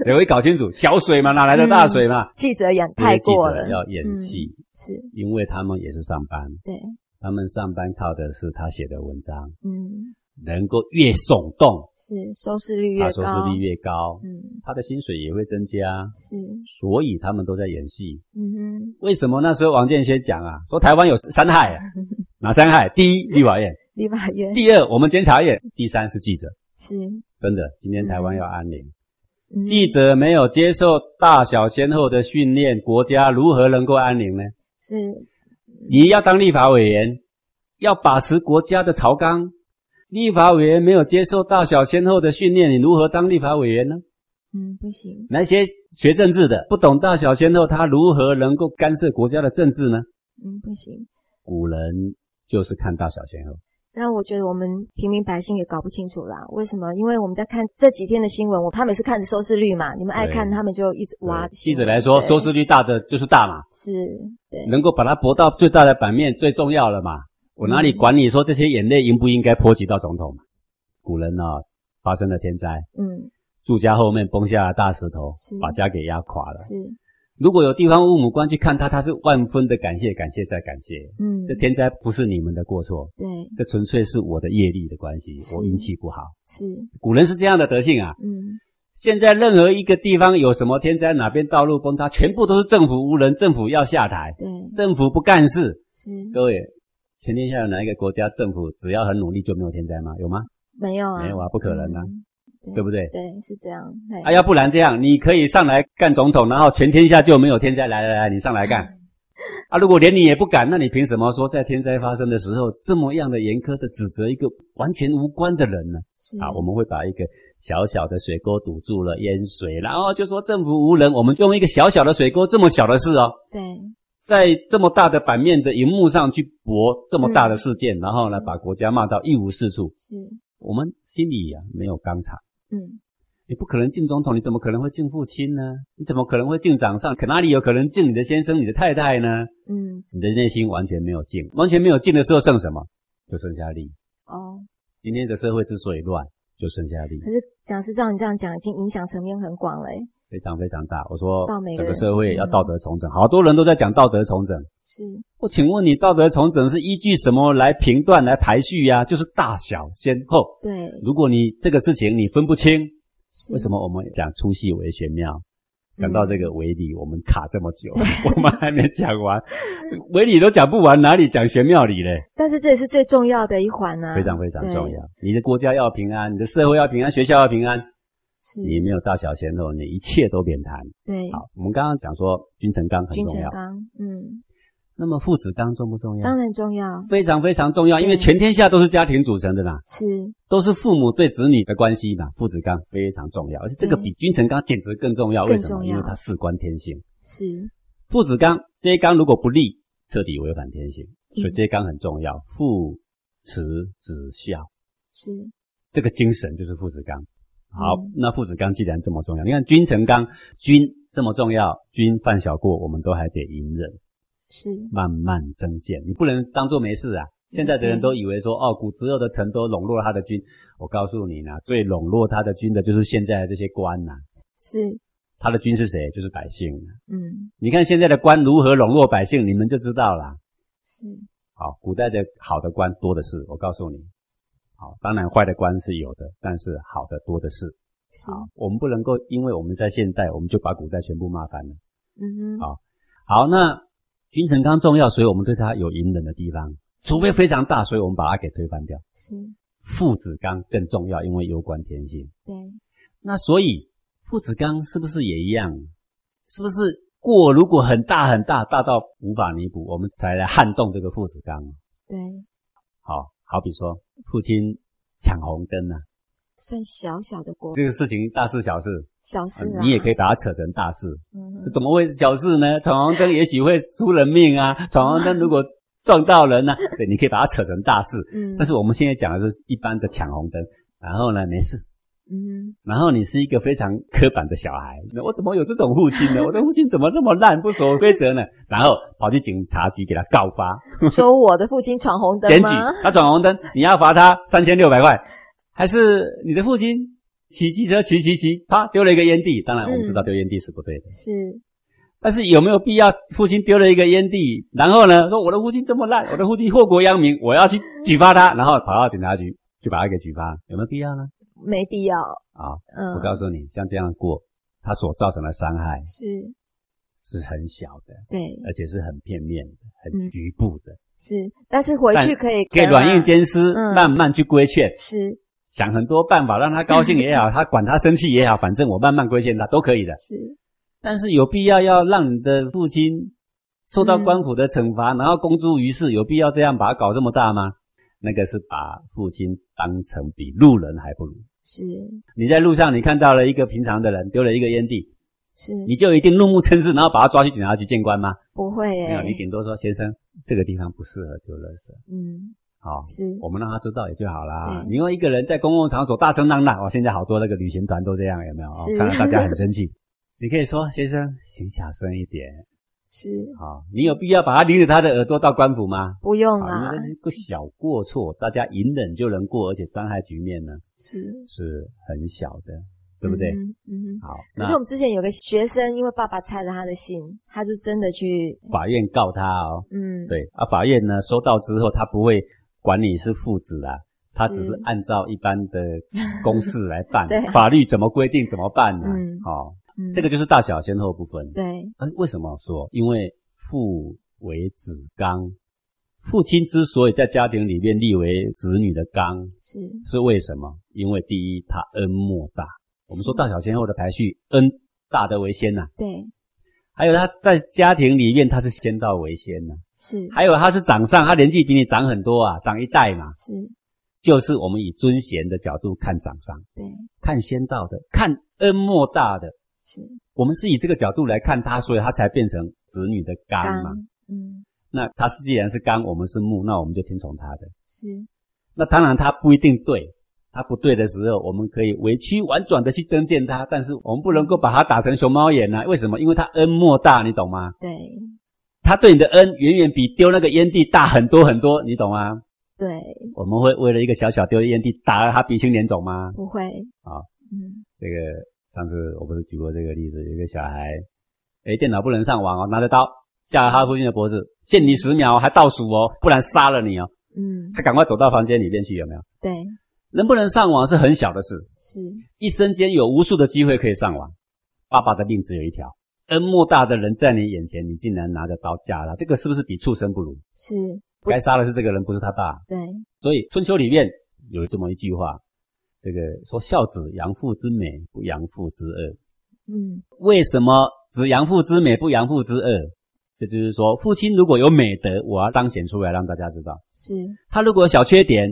[SPEAKER 2] 谁会搞清楚？小水嘛，哪来的大水嘛？
[SPEAKER 1] 记者演嗯
[SPEAKER 2] 这些
[SPEAKER 1] 太
[SPEAKER 2] 记
[SPEAKER 1] 过
[SPEAKER 2] 者
[SPEAKER 1] 了，
[SPEAKER 2] 要演
[SPEAKER 1] 嗯
[SPEAKER 2] 戏，
[SPEAKER 1] 是
[SPEAKER 2] 因为他们也是上班，
[SPEAKER 1] 对，
[SPEAKER 2] 他们上班靠的是他写的文章，
[SPEAKER 1] 嗯，
[SPEAKER 2] 能够越耸动，
[SPEAKER 1] 是收视率越
[SPEAKER 2] 他
[SPEAKER 1] 高，
[SPEAKER 2] 收视率越高，
[SPEAKER 1] 嗯，
[SPEAKER 2] 他的薪水也会增加，
[SPEAKER 1] 是，
[SPEAKER 2] 所以他们都在演戏。
[SPEAKER 1] 嗯哼，
[SPEAKER 2] 为什么那时候王建先讲啊，说台湾有三害、啊，哪三害？第一，立法院；
[SPEAKER 1] 立法院
[SPEAKER 2] 第二，我们监察院；第三是记者。
[SPEAKER 1] 是
[SPEAKER 2] 真的，今天台湾要安宁，
[SPEAKER 1] 嗯
[SPEAKER 2] 记者没有接受大小先后的训练，国家如何能够安宁呢？
[SPEAKER 1] 嗯是
[SPEAKER 2] 你要当立法委员，要把持国家的朝纲。立法委员没有接受大小先后的训练，你如何当立法委员呢？
[SPEAKER 1] 嗯不行，
[SPEAKER 2] 那些学政治的不懂大小先后，他如何能够干涉国家的政治呢？
[SPEAKER 1] 嗯不行。
[SPEAKER 2] 古人就是看大小先后，
[SPEAKER 1] 那我觉得我们平民百姓也搞不清楚啦，为什么？因为我们在看这几天的新闻，我他们是看着收视率嘛，你们爱
[SPEAKER 2] 对
[SPEAKER 1] 看，他们就一直挖
[SPEAKER 2] 对
[SPEAKER 1] 新
[SPEAKER 2] 记
[SPEAKER 1] 闻。
[SPEAKER 2] 者来说，
[SPEAKER 1] 对
[SPEAKER 2] 收视率大的就是大嘛，
[SPEAKER 1] 是对，
[SPEAKER 2] 能够把它博到最大的版面最重要了嘛。我哪里管你说这些眼泪应不应该波及到总统嘛？古人啊、发生了天灾，
[SPEAKER 1] 嗯
[SPEAKER 2] 住家后面崩下了大石头
[SPEAKER 1] 是，
[SPEAKER 2] 把家给压垮了。
[SPEAKER 1] 是
[SPEAKER 2] 如果有地方父母官去看他，他是万分的感谢，感谢再感谢。
[SPEAKER 1] 嗯
[SPEAKER 2] 这天灾不是你们的过错，
[SPEAKER 1] 对
[SPEAKER 2] 这纯粹是我的业力的关系，
[SPEAKER 1] 是
[SPEAKER 2] 我运气不好。
[SPEAKER 1] 是
[SPEAKER 2] 古人是这样的德性啊，
[SPEAKER 1] 嗯
[SPEAKER 2] 现在任何一个地方有什么天灾，哪边道路崩塌，全部都是政府无能，政府要下台，
[SPEAKER 1] 对，
[SPEAKER 2] 政府不干事。
[SPEAKER 1] 是
[SPEAKER 2] 各位，全天下有哪一个国家政府只要很努力就没有天灾吗？有吗？
[SPEAKER 1] 没有啊，
[SPEAKER 2] 没有啊不可能啊
[SPEAKER 1] 嗯
[SPEAKER 2] 对不对？
[SPEAKER 1] 对，是这样。嘿
[SPEAKER 2] 啊，要不然这样，你可以上来干总统，然后全天下就没有天灾。来来来，你上来干。啊，如果连你也不敢，那你凭什么说在天灾发生的时候这么样的严苛的指责一个完全无关的人呢？
[SPEAKER 1] 是
[SPEAKER 2] 啊，我们会把一个小小的水沟堵住了淹水，然后就说政府无能。我们用一个小小的水沟，这么小的事哦，
[SPEAKER 1] 对
[SPEAKER 2] 在这么大的版面的荧幕上去博这么大的事件，然后呢，把国家骂到一无是处。
[SPEAKER 1] 是
[SPEAKER 2] 我们心里啊没有纲常。
[SPEAKER 1] 嗯
[SPEAKER 2] 你不可能进总统，你怎么可能会进父亲呢？你怎么可能会进长上？可哪里有可能进你的先生、你的太太呢？
[SPEAKER 1] 嗯
[SPEAKER 2] 你的内心完全没有进，完全没有进的时候剩什么？就剩下力。
[SPEAKER 1] 哦。
[SPEAKER 2] 今天的社会之所以乱，就剩下力
[SPEAKER 1] 可是讲师照你这样讲，已经影响层面很广了耶。欸
[SPEAKER 2] 非常非常大。我说
[SPEAKER 1] 到每个人嗯
[SPEAKER 2] 整个社会要道德重整，好多人都在讲道德重整。
[SPEAKER 1] 是
[SPEAKER 2] 我请问你，道德重整是依据什么来评断、来排序呀、就是大小先后。
[SPEAKER 1] 对，
[SPEAKER 2] 如果你这个事情你分不清，
[SPEAKER 1] 是
[SPEAKER 2] 为什？么我们讲出戏为玄妙？
[SPEAKER 1] 嗯
[SPEAKER 2] 讲到这个围理，我们卡这么 久，我们还没讲完，围理都讲不完，哪里讲玄妙理嘞？
[SPEAKER 1] 但是这也是最重要的一环啊，
[SPEAKER 2] 非常非常
[SPEAKER 1] 对嗯
[SPEAKER 2] 重要。。你的国家要平安，你的社会要平安，学校要平安，
[SPEAKER 1] 是，
[SPEAKER 2] 你没有大小先后，你一切都免谈。
[SPEAKER 1] 对，
[SPEAKER 2] 好，我们刚刚讲说君臣纲很
[SPEAKER 1] 嗯君
[SPEAKER 2] 重
[SPEAKER 1] 臣
[SPEAKER 2] 要，嗯
[SPEAKER 1] 纲，嗯，
[SPEAKER 2] 那么父子纲重不重要
[SPEAKER 1] 当？然重要，
[SPEAKER 2] 非常非常重要，因为
[SPEAKER 1] 对
[SPEAKER 2] 全天下都是家庭组成的啦，
[SPEAKER 1] 是
[SPEAKER 2] 都是父母对子女的关系嘛，父子纲非常重要，而且这个
[SPEAKER 1] 对
[SPEAKER 2] 比君臣纲简直更重要。为
[SPEAKER 1] 嗯
[SPEAKER 2] 什
[SPEAKER 1] 更
[SPEAKER 2] 么？
[SPEAKER 1] 重
[SPEAKER 2] 因为
[SPEAKER 1] 要
[SPEAKER 2] 它事关天性。
[SPEAKER 1] 是，
[SPEAKER 2] 父子纲这一纲如果不立，彻底违反天性，所以这一纲很重要。父慈子孝
[SPEAKER 1] 是
[SPEAKER 2] 这个精神就是父子纲。好，
[SPEAKER 1] 嗯
[SPEAKER 2] 那父子纲既然这么重要，你看君臣纲，君这么重要，君犯小过我们都还得隐忍，
[SPEAKER 1] 是，
[SPEAKER 2] 慢慢增建，你不能当做没事啊。现在的人都以为说，哦，古时候的臣都笼络了他的君，我告诉你呢，最笼络他的君的就是现在的这些官呐、
[SPEAKER 1] 是，
[SPEAKER 2] 他的君是谁？就是百姓、啊。
[SPEAKER 1] 嗯，
[SPEAKER 2] 你看现在的官如何笼络百姓，你们就知道啦。
[SPEAKER 1] 是，
[SPEAKER 2] 好，古代的好的官多的是，我告诉你。好，当然坏的官是有的，但是好的多的是。
[SPEAKER 1] 是，
[SPEAKER 2] 好，我们不能够因为我们在现代，我们就把古代全部骂翻了。
[SPEAKER 1] 嗯哼，
[SPEAKER 2] 好好，那君臣纲重要，所以我们对它有隐忍的地方，除非非常大，所以我们把它给推翻掉。
[SPEAKER 1] 是，
[SPEAKER 2] 父子纲更重要，因为攸关天性。
[SPEAKER 1] 对，
[SPEAKER 2] 那所以父子纲是不是也一样？是不是过如果很大很大，大到无法弥补，我们才来撼动这个父子纲？
[SPEAKER 1] 对，
[SPEAKER 2] 好好比说，父亲抢红灯啊，
[SPEAKER 1] 算小小的国，
[SPEAKER 2] 这个事情大事小事，
[SPEAKER 1] 小事啊，
[SPEAKER 2] 呃你也可以，把它扯成大事，
[SPEAKER 1] 嗯哼，
[SPEAKER 2] 怎么会是小事呢？闯红灯也许会出人命啊，闯红灯如果撞到人呢、啊 对，你可以把它扯成大事。
[SPEAKER 1] 嗯，
[SPEAKER 2] 但是我们现在讲的是一般的抢红灯，然后呢没事，
[SPEAKER 1] 嗯
[SPEAKER 2] 然后你是一个非常刻板的小孩，我怎么有这种父亲呢？我的父亲怎么那么烂，不守规则呢？然后跑去警察局给他告发，
[SPEAKER 1] 哼，说我的父亲闯红灯
[SPEAKER 2] 检举
[SPEAKER 1] 吗？
[SPEAKER 2] 他闯红灯，你要罚他三千六百块，还是你的父亲骑机车骑骑骑，啪丢了一个烟蒂？当然我们知道丢烟蒂是不对的，
[SPEAKER 1] 是，
[SPEAKER 2] 但是有没有必要父亲丢了一个烟蒂，然后呢说我的父亲这么烂，我的父亲祸国殃民，我要去举发他，然后跑到警察局去把他给举发，有没有必要呢？
[SPEAKER 1] 没必要，
[SPEAKER 2] 啊，
[SPEAKER 1] 嗯，
[SPEAKER 2] 我告诉你，像这样过，他所造成的伤害
[SPEAKER 1] 是，
[SPEAKER 2] 是很小的，
[SPEAKER 1] 对，
[SPEAKER 2] 而且是很片面的、
[SPEAKER 1] 嗯
[SPEAKER 2] 很局部的，
[SPEAKER 1] 是，但是回
[SPEAKER 2] 但
[SPEAKER 1] 去可以
[SPEAKER 2] 可以
[SPEAKER 1] 跟啊
[SPEAKER 2] 软硬，兼施，
[SPEAKER 1] 嗯
[SPEAKER 2] 慢慢去规劝。
[SPEAKER 1] 是
[SPEAKER 2] 想很多办法让他高兴也好，他管他生气也好，反正我慢慢规劝他都可以的。
[SPEAKER 1] 是，
[SPEAKER 2] 但是有必要要让你的父亲受到官府的惩罚，然后公诸于世，有必要这样把他搞这么大吗？那个是把父亲当成比路人还不如。
[SPEAKER 1] 是，
[SPEAKER 2] 你在路上你看到了一个平常的人丢了一个烟蒂，
[SPEAKER 1] 是，
[SPEAKER 2] 你就一定怒目嗔视，然后把他抓去警察局见官吗？
[SPEAKER 1] 不会欸耶
[SPEAKER 2] 没有，，你顶多说先生，这个地方不适合丢垃圾。哦
[SPEAKER 1] 嗯，
[SPEAKER 2] 好，
[SPEAKER 1] 是，
[SPEAKER 2] 我们让他知道也就好啦。
[SPEAKER 1] 嗯
[SPEAKER 2] 你用一个人在公共场所大声嚷嚷，哦，现在好多那个旅行团都这样，有没有？哦
[SPEAKER 1] 是
[SPEAKER 2] 看到大家很生 气，你可以说先生，请小声一点。
[SPEAKER 1] 是，
[SPEAKER 2] 好、你有必要把他拎着他的耳朵到官府吗？
[SPEAKER 1] 不用
[SPEAKER 2] 好，因
[SPEAKER 1] 啦
[SPEAKER 2] 为，这是个小过错，大家隐忍就能过，而且伤害局面呢
[SPEAKER 1] 是，
[SPEAKER 2] 是很小的，对不对？
[SPEAKER 1] 嗯哼嗯哼。
[SPEAKER 2] 好，
[SPEAKER 1] 可
[SPEAKER 2] 那
[SPEAKER 1] 是我们之前有个学生，因为爸爸猜了他的心，他就真的去，
[SPEAKER 2] 法院告他哦。
[SPEAKER 1] 嗯，，
[SPEAKER 2] 对啊，法院呢收到之后，他不会管你是父子啊，他只是按照一般的公式来办
[SPEAKER 1] 对啊，
[SPEAKER 2] 法律怎么规定怎么办呢、
[SPEAKER 1] 嗯
[SPEAKER 2] 哦，
[SPEAKER 1] 嗯
[SPEAKER 2] 这个就是大小先后不分。
[SPEAKER 1] 对，
[SPEAKER 2] 呃，为什么说？因为父为子纲，父亲之所以在家庭里面立为子女的纲，
[SPEAKER 1] 是
[SPEAKER 2] 是为什么？因为第一，他恩莫大。我们说大小先后的排序，恩大的为先呐、
[SPEAKER 1] 对，
[SPEAKER 2] 还有他在家庭里面他是先到为先呐、
[SPEAKER 1] 是
[SPEAKER 2] 还有他是长上，他年纪比你长很多啊，长一代嘛，
[SPEAKER 1] 是，
[SPEAKER 2] 就是我们以尊贤的角度看长上，
[SPEAKER 1] 对，
[SPEAKER 2] 看先到的，看恩莫大的。
[SPEAKER 1] 是
[SPEAKER 2] 我们是以这个角度来看他，所以他才变成子女的纲嘛。
[SPEAKER 1] 刚，嗯，
[SPEAKER 2] 那他是既然是纲，我们是木，那我们就听从他的。
[SPEAKER 1] 是
[SPEAKER 2] 那当然他不一定对，他不对的时候，我们可以委曲婉转的去增见他，但是我们不能够把他打成熊猫眼呐、啊为什么？因为他恩莫大，你懂吗？
[SPEAKER 1] 对
[SPEAKER 2] 他对你的恩远远比丢那个烟蒂大很多很多，你懂吗？
[SPEAKER 1] 对，
[SPEAKER 2] 我们会为了一个小小丢的烟蒂打了他鼻青脸肿吗？
[SPEAKER 1] 不会
[SPEAKER 2] 好，
[SPEAKER 1] 嗯，
[SPEAKER 2] 这个上次我不是举过这个例子，有一个小孩，哎，电脑不能上网哦，拿着刀架了他父亲的脖子，限你十秒哦，还倒数哦，不然杀了你哦。
[SPEAKER 1] 嗯，
[SPEAKER 2] 他赶快躲到房间里面去，有没有？
[SPEAKER 1] 对，
[SPEAKER 2] 能不能上网是很小的事，
[SPEAKER 1] 是
[SPEAKER 2] 一生间有无数的机会可以上网。爸爸的命只有一条，恩莫大的人在你眼前，你竟然拿着刀架他，这个是不是比畜生不如？
[SPEAKER 1] 是，不
[SPEAKER 2] 该杀的是这个人，不是他爸。
[SPEAKER 1] 对，
[SPEAKER 2] 所以《春秋》里面有这么一句话，这个说孝子养父之美，不养父之恶。
[SPEAKER 1] 嗯，
[SPEAKER 2] 为什么只扬父之美，不扬父之恶？这就是说，父亲如果有美德，我要彰显出来让大家知道；
[SPEAKER 1] 是
[SPEAKER 2] 他如果有小缺点，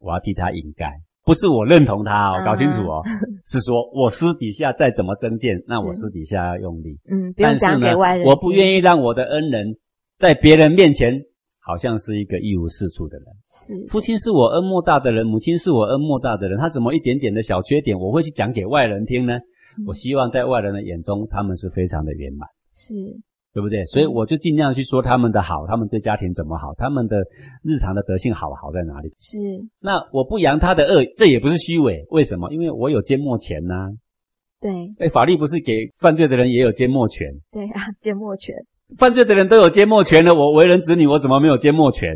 [SPEAKER 2] 我要替他掩盖。不是我认同他哦，
[SPEAKER 1] 啊
[SPEAKER 2] 搞清楚哦，是说我私底下再怎么增见，那我
[SPEAKER 1] 是
[SPEAKER 2] 私底下要用力。
[SPEAKER 1] 嗯， 不用
[SPEAKER 2] 但是
[SPEAKER 1] 讲
[SPEAKER 2] 呢
[SPEAKER 1] 给外人，
[SPEAKER 2] 我不愿
[SPEAKER 1] 意，
[SPEAKER 2] 意让我的恩人在别人面前好像是一个一无是处的人。
[SPEAKER 1] 是
[SPEAKER 2] 父亲是我恩莫大的人，母亲是我恩莫大的人，他怎么一点点的小缺点，我会去讲给外人听呢？
[SPEAKER 1] 嗯
[SPEAKER 2] 我希望在外人的眼中，他们是非常的圆满，
[SPEAKER 1] 是嗯
[SPEAKER 2] 对不对？所以我就尽量去说他们的好，他们对家庭怎么好，他们的日常的德性好好在哪里。
[SPEAKER 1] 是，
[SPEAKER 2] 那我不扬他的恶，这也不是虚伪，为什么？因为我有缄默权呐、
[SPEAKER 1] 对
[SPEAKER 2] 哎，法律不是给犯罪的人也有缄默权？
[SPEAKER 1] 对啊，缄默权，
[SPEAKER 2] 犯罪的人都有缄默权了，我为人子女，我怎么没有缄默权？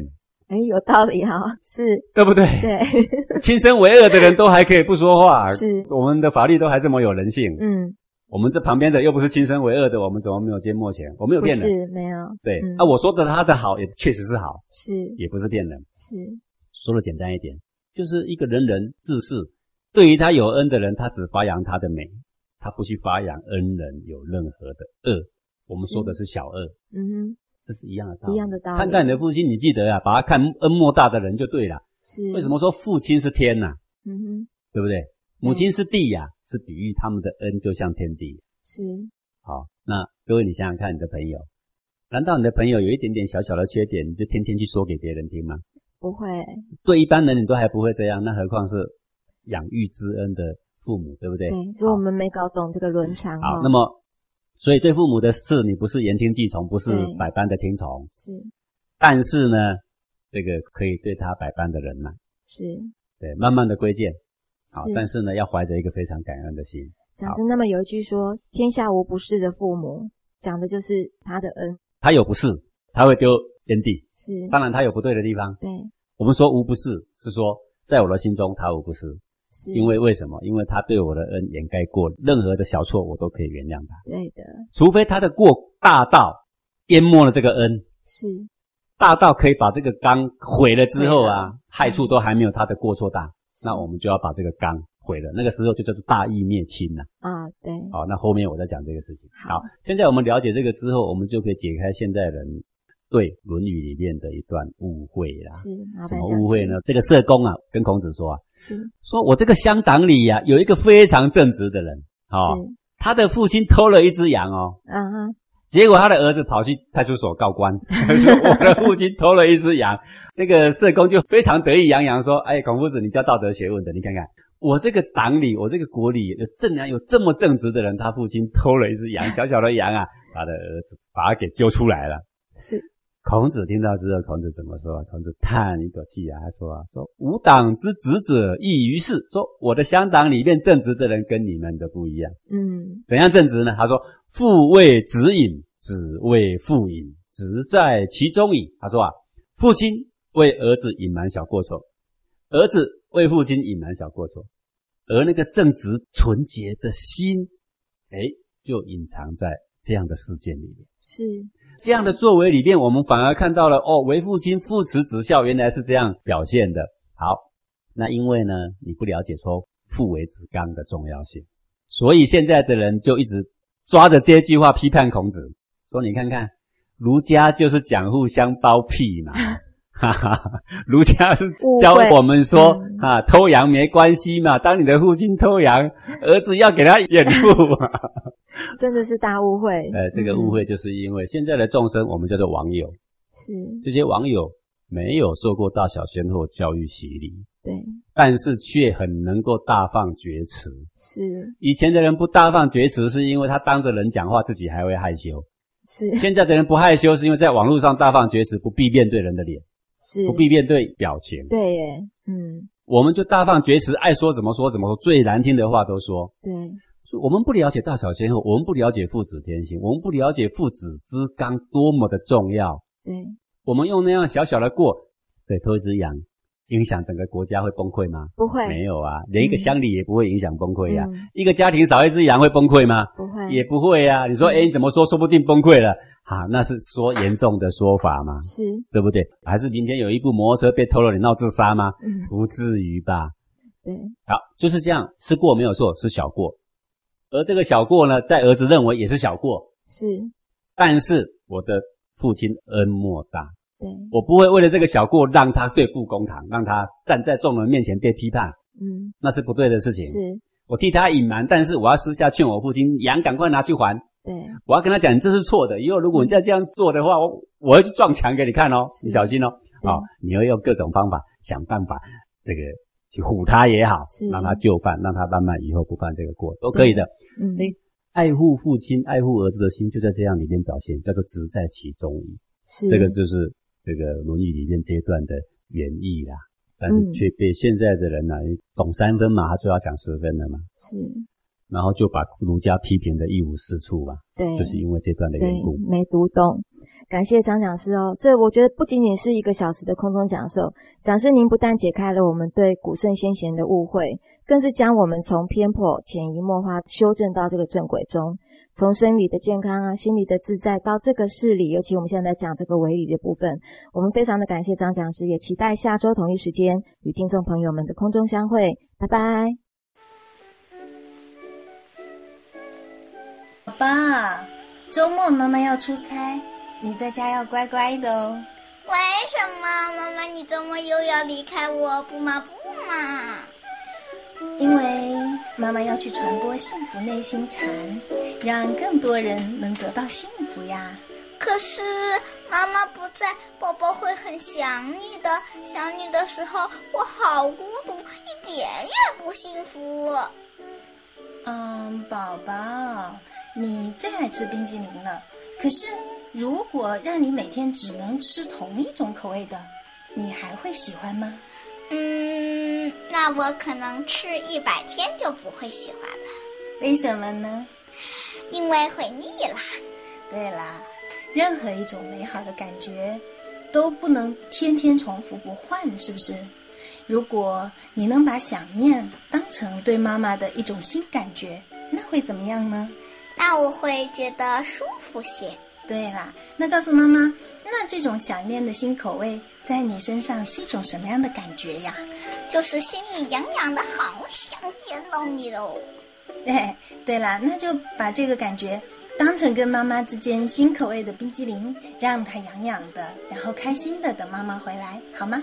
[SPEAKER 1] 哎，有道理哈、是，
[SPEAKER 2] 对不对？
[SPEAKER 1] 对，
[SPEAKER 2] 亲生为恶的人都还可以不说话，
[SPEAKER 1] 是
[SPEAKER 2] 我们的法律都还这么有人性。
[SPEAKER 1] 嗯，
[SPEAKER 2] 我们这旁边的又不是亲生为恶的，我们怎么没有缄默权？我没有
[SPEAKER 1] 不
[SPEAKER 2] 骗人，
[SPEAKER 1] 是没有，
[SPEAKER 2] 对、
[SPEAKER 1] 嗯
[SPEAKER 2] 啊，我说的他的好也确实是好，
[SPEAKER 1] 是
[SPEAKER 2] 也不是骗人。
[SPEAKER 1] 是，
[SPEAKER 2] 说的简单一点，就是一个人人自是，对于他有恩的人，他只发扬他的美，他不去发扬恩人有任何的恶。我们说的是小恶，
[SPEAKER 1] 嗯哼，
[SPEAKER 2] 这是一样的道理。
[SPEAKER 1] 一样的道理
[SPEAKER 2] 看待你的父亲，你记得啊，把他看恩莫大的人就对了。
[SPEAKER 1] 是，
[SPEAKER 2] 为什？么说父亲是天呐、
[SPEAKER 1] 嗯哼，
[SPEAKER 2] 对不对？母
[SPEAKER 1] 嗯
[SPEAKER 2] 亲是地呀、是比喻他们的恩就像天地。
[SPEAKER 1] 是
[SPEAKER 2] 好，那各位你想想看，你的朋友，难道你的朋友有一点点小小的缺点，你就天天去说给别人听吗？
[SPEAKER 1] 不会，
[SPEAKER 2] 对一般人你都还不会这样，那何况是养育之恩的父母，对不对？
[SPEAKER 1] 对，嗯所以我们没搞懂这个伦常
[SPEAKER 2] 好
[SPEAKER 1] 哈、
[SPEAKER 2] 好，那么所以对父母的事，你不是言听计从，不是
[SPEAKER 1] 对
[SPEAKER 2] 百般的听从，
[SPEAKER 1] 是
[SPEAKER 2] 但是呢，这个可以对他百般的忍耐，
[SPEAKER 1] 是
[SPEAKER 2] 对，慢慢的归建。好，
[SPEAKER 1] 是，
[SPEAKER 2] 但是呢，要怀着一个非常感恩的心。
[SPEAKER 1] 讲真，那么有一句说“天下无不是的父母”，讲的就是他的恩，
[SPEAKER 2] 他有不是，他会丢烟蒂，
[SPEAKER 1] 是
[SPEAKER 2] 当然他有不对的地方。
[SPEAKER 1] 对，
[SPEAKER 2] 我们说无不是，是说在我的心中他无不是，
[SPEAKER 1] 是
[SPEAKER 2] 因为为什么？因为他对我的恩掩盖过任何的小错，我都可以原谅他，
[SPEAKER 1] 对的，
[SPEAKER 2] 除非他的过大到淹没了这个恩，
[SPEAKER 1] 是
[SPEAKER 2] 大到可以把这个缸毁了之后啊，害处都还没有他的过错大，那我们就要把这个缸毁了，那个时候就叫做大义灭亲呐、
[SPEAKER 1] 啊，对，
[SPEAKER 2] 好，那后面我再讲这个事情。
[SPEAKER 1] 好
[SPEAKER 2] 好，现在我们了解这个之后，我们就可以解开现代人对《论语》里面的一段误会啦。
[SPEAKER 1] 是麻
[SPEAKER 2] 什
[SPEAKER 1] 烦
[SPEAKER 2] 么
[SPEAKER 1] 讲
[SPEAKER 2] 误会
[SPEAKER 1] 是
[SPEAKER 2] 呢？？这个社工啊，跟孔子说啊，
[SPEAKER 1] 是
[SPEAKER 2] 说我这个乡党里呀、有一个非常正直的人，哦，
[SPEAKER 1] 是
[SPEAKER 2] 他的父亲偷了一只羊哦，
[SPEAKER 1] 啊哈，
[SPEAKER 2] 结果他的儿子跑去派出所告官， 说我的父亲偷了一只羊。那个社工就非常得意洋洋说：“哎，孔夫子，你教道德学问的，你看看我这个党里，我这个国里有正然有这么正直的人，他父亲偷了一只羊，小小的羊啊，他的儿子把他给揪出来了。”
[SPEAKER 1] 是
[SPEAKER 2] 孔子听到之后，孔子怎么说啊？孔子叹一口气啊，他说啊：“说吾党之直者异于世，说我的乡党里面正直的人跟你们的不一样。”
[SPEAKER 1] 嗯，
[SPEAKER 2] 怎样正直呢？他说：“父为子隐，子为父隐，直在其中矣。”他说啊，父亲为儿子隐瞒小过错，儿子为父亲隐瞒小过错，而那个正直纯洁的心，哎，就隐藏在这样的事件里面。
[SPEAKER 1] 是
[SPEAKER 2] 这样的作为里面，我们反而看到了哦，为父亲父慈子孝原来是这样表现的。好，那因为呢，你不了解说父为子纲的重要性，所以现在的人就一直抓着这句话批判孔子，说你看看，儒家就是讲互相包庇嘛。 哈哈，儒家是教我们说
[SPEAKER 1] 误会嗯
[SPEAKER 2] 啊，偷羊没关系嘛。当你的父亲偷羊，儿子要给他掩护 嘛。
[SPEAKER 1] 真的是大误会。嗯
[SPEAKER 2] 呃，这个误会就是因为现在的众生，我们叫做网友，
[SPEAKER 1] 是
[SPEAKER 2] 这些网友没有受过大小先后教育洗礼，
[SPEAKER 1] 对，
[SPEAKER 2] 但是却很能够大放厥词。
[SPEAKER 1] 是
[SPEAKER 2] 以前的人不大放厥词，是因为他当着人讲话，自己还会害羞；
[SPEAKER 1] 是
[SPEAKER 2] 现在的人不害羞，是因为在网络上大放厥词，不必面对人的脸，
[SPEAKER 1] 是，
[SPEAKER 2] 不必面对表情。
[SPEAKER 1] 对耶，嗯，
[SPEAKER 2] 我们就大放厥词，爱说怎么说怎么说，最难听的话都说。
[SPEAKER 1] 对，
[SPEAKER 2] 所以我们不了解大小先后，我们不了解父子天性，我们不了解父子之纲多么的重要。
[SPEAKER 1] 对，
[SPEAKER 2] 我们用那样小小的过，对，偷一只羊，影响整个国家会崩溃吗？
[SPEAKER 1] 不会，
[SPEAKER 2] 没有啊，连一个乡里也不会影响崩溃呀、
[SPEAKER 1] 嗯
[SPEAKER 2] 一个家庭少一只羊会崩溃吗？
[SPEAKER 1] 不会，
[SPEAKER 2] 也不会呀、你说，哎，你怎么说？说不定崩溃了。啊，那是说严重的说法吗？
[SPEAKER 1] 是，
[SPEAKER 2] 对不对？还是明天有一部摩托车被偷了，你闹自杀吗？
[SPEAKER 1] 嗯，
[SPEAKER 2] 不至于吧？
[SPEAKER 1] 对，
[SPEAKER 2] 好，就是这样，是过没有错，是小过。而这个小过呢，在儿子认为也是小过，
[SPEAKER 1] 是，
[SPEAKER 2] 但是我的父亲恩莫大，
[SPEAKER 1] 对，
[SPEAKER 2] 我不会为了这个小过让他对簿公堂，让他站在众人面前被批判，
[SPEAKER 1] 嗯，
[SPEAKER 2] 那是不对的事情。
[SPEAKER 1] 是，
[SPEAKER 2] 我替他隐瞒，但是我要私下劝我父亲，羊赶快拿去还。
[SPEAKER 1] 对，
[SPEAKER 2] 我要跟他讲，你这是错的。以后如果你再这样做的话，我我会去撞墙给你看哦，
[SPEAKER 1] 是嗯
[SPEAKER 2] 你小心哦。
[SPEAKER 1] 对
[SPEAKER 2] 好、你要用各种方法想办法，这个去唬他也好
[SPEAKER 1] 是，
[SPEAKER 2] 让他就范，让他慢慢以后不犯这个过都可以的。
[SPEAKER 1] 嗯，
[SPEAKER 2] 哎爱护父亲、爱护儿子的心就在这样里面表现，叫做直在其中矣。
[SPEAKER 1] 是
[SPEAKER 2] 这个就是这个《论语》里面这一段的原意啦。但是
[SPEAKER 1] 嗯
[SPEAKER 2] 却被现在的人呢、懂三分嘛，他就要讲十分了嘛，
[SPEAKER 1] 是，
[SPEAKER 2] 然后就把儒家批评的一无是处嘛，
[SPEAKER 1] 对，
[SPEAKER 2] 就是因为这段的缘
[SPEAKER 1] 对嗯
[SPEAKER 2] 故。，
[SPEAKER 1] 没读懂。感谢张讲师哦，这我觉得不仅仅是一个小时的空中讲授，讲师您不但解开了我们对古圣先贤的误会，更是将我们从偏颇、潜移默化修正到这个正轨中，从生理的健康啊、心理的自在到这个事理，尤其我们现在在讲这个围理的部分，我们非常的感谢张讲师，也期待下周同一时间与听众朋友们的空中相会，拜拜。
[SPEAKER 9] 爸，周末妈妈要出差，你在家要乖乖的哦。为什么妈妈你周末又要离开我？不嘛不嘛。因为妈妈要去传播幸福内心禅，让更多人能得到幸福呀。可是妈妈不在，宝宝会很想你的。想你的时候，我好孤独，一点也不幸福。嗯，宝宝，你最爱吃冰激凌了。可是，如果让你每天只能吃同一种口味的，你还会喜欢吗？嗯，那我可能吃一百天就不会喜欢了。为什么呢？因为会腻啦。对啦，任何一种美好的感觉都不能天天重复不换，是不是？如果你能把想念当成对妈妈的一种新感觉，那会怎么样呢？那我会觉得舒服些。对啦，那告诉妈妈，那这种想念的新口味在你身上是一种什么样的感觉呀？就是心里痒痒的，好想见到你哦。 对，对啦，那就把这个感觉当成跟妈妈之间新口味的冰激凌，让它痒痒的，然后开心的等妈妈回来，好吗？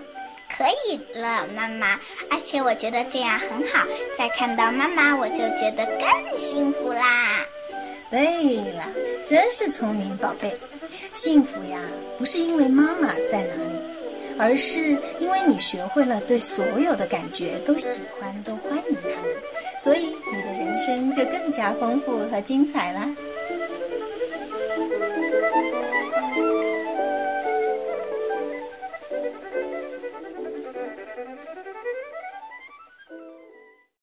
[SPEAKER 9] 可以了，妈妈。而且我觉得这样很好，再看到妈妈，我就觉得更幸福啦。对了，真是聪明宝贝。幸福呀，不是因为妈妈在哪里，而是因为你学会了对所有的感觉都喜欢、都欢迎他们，所以你的人生就更加丰富和精彩啦。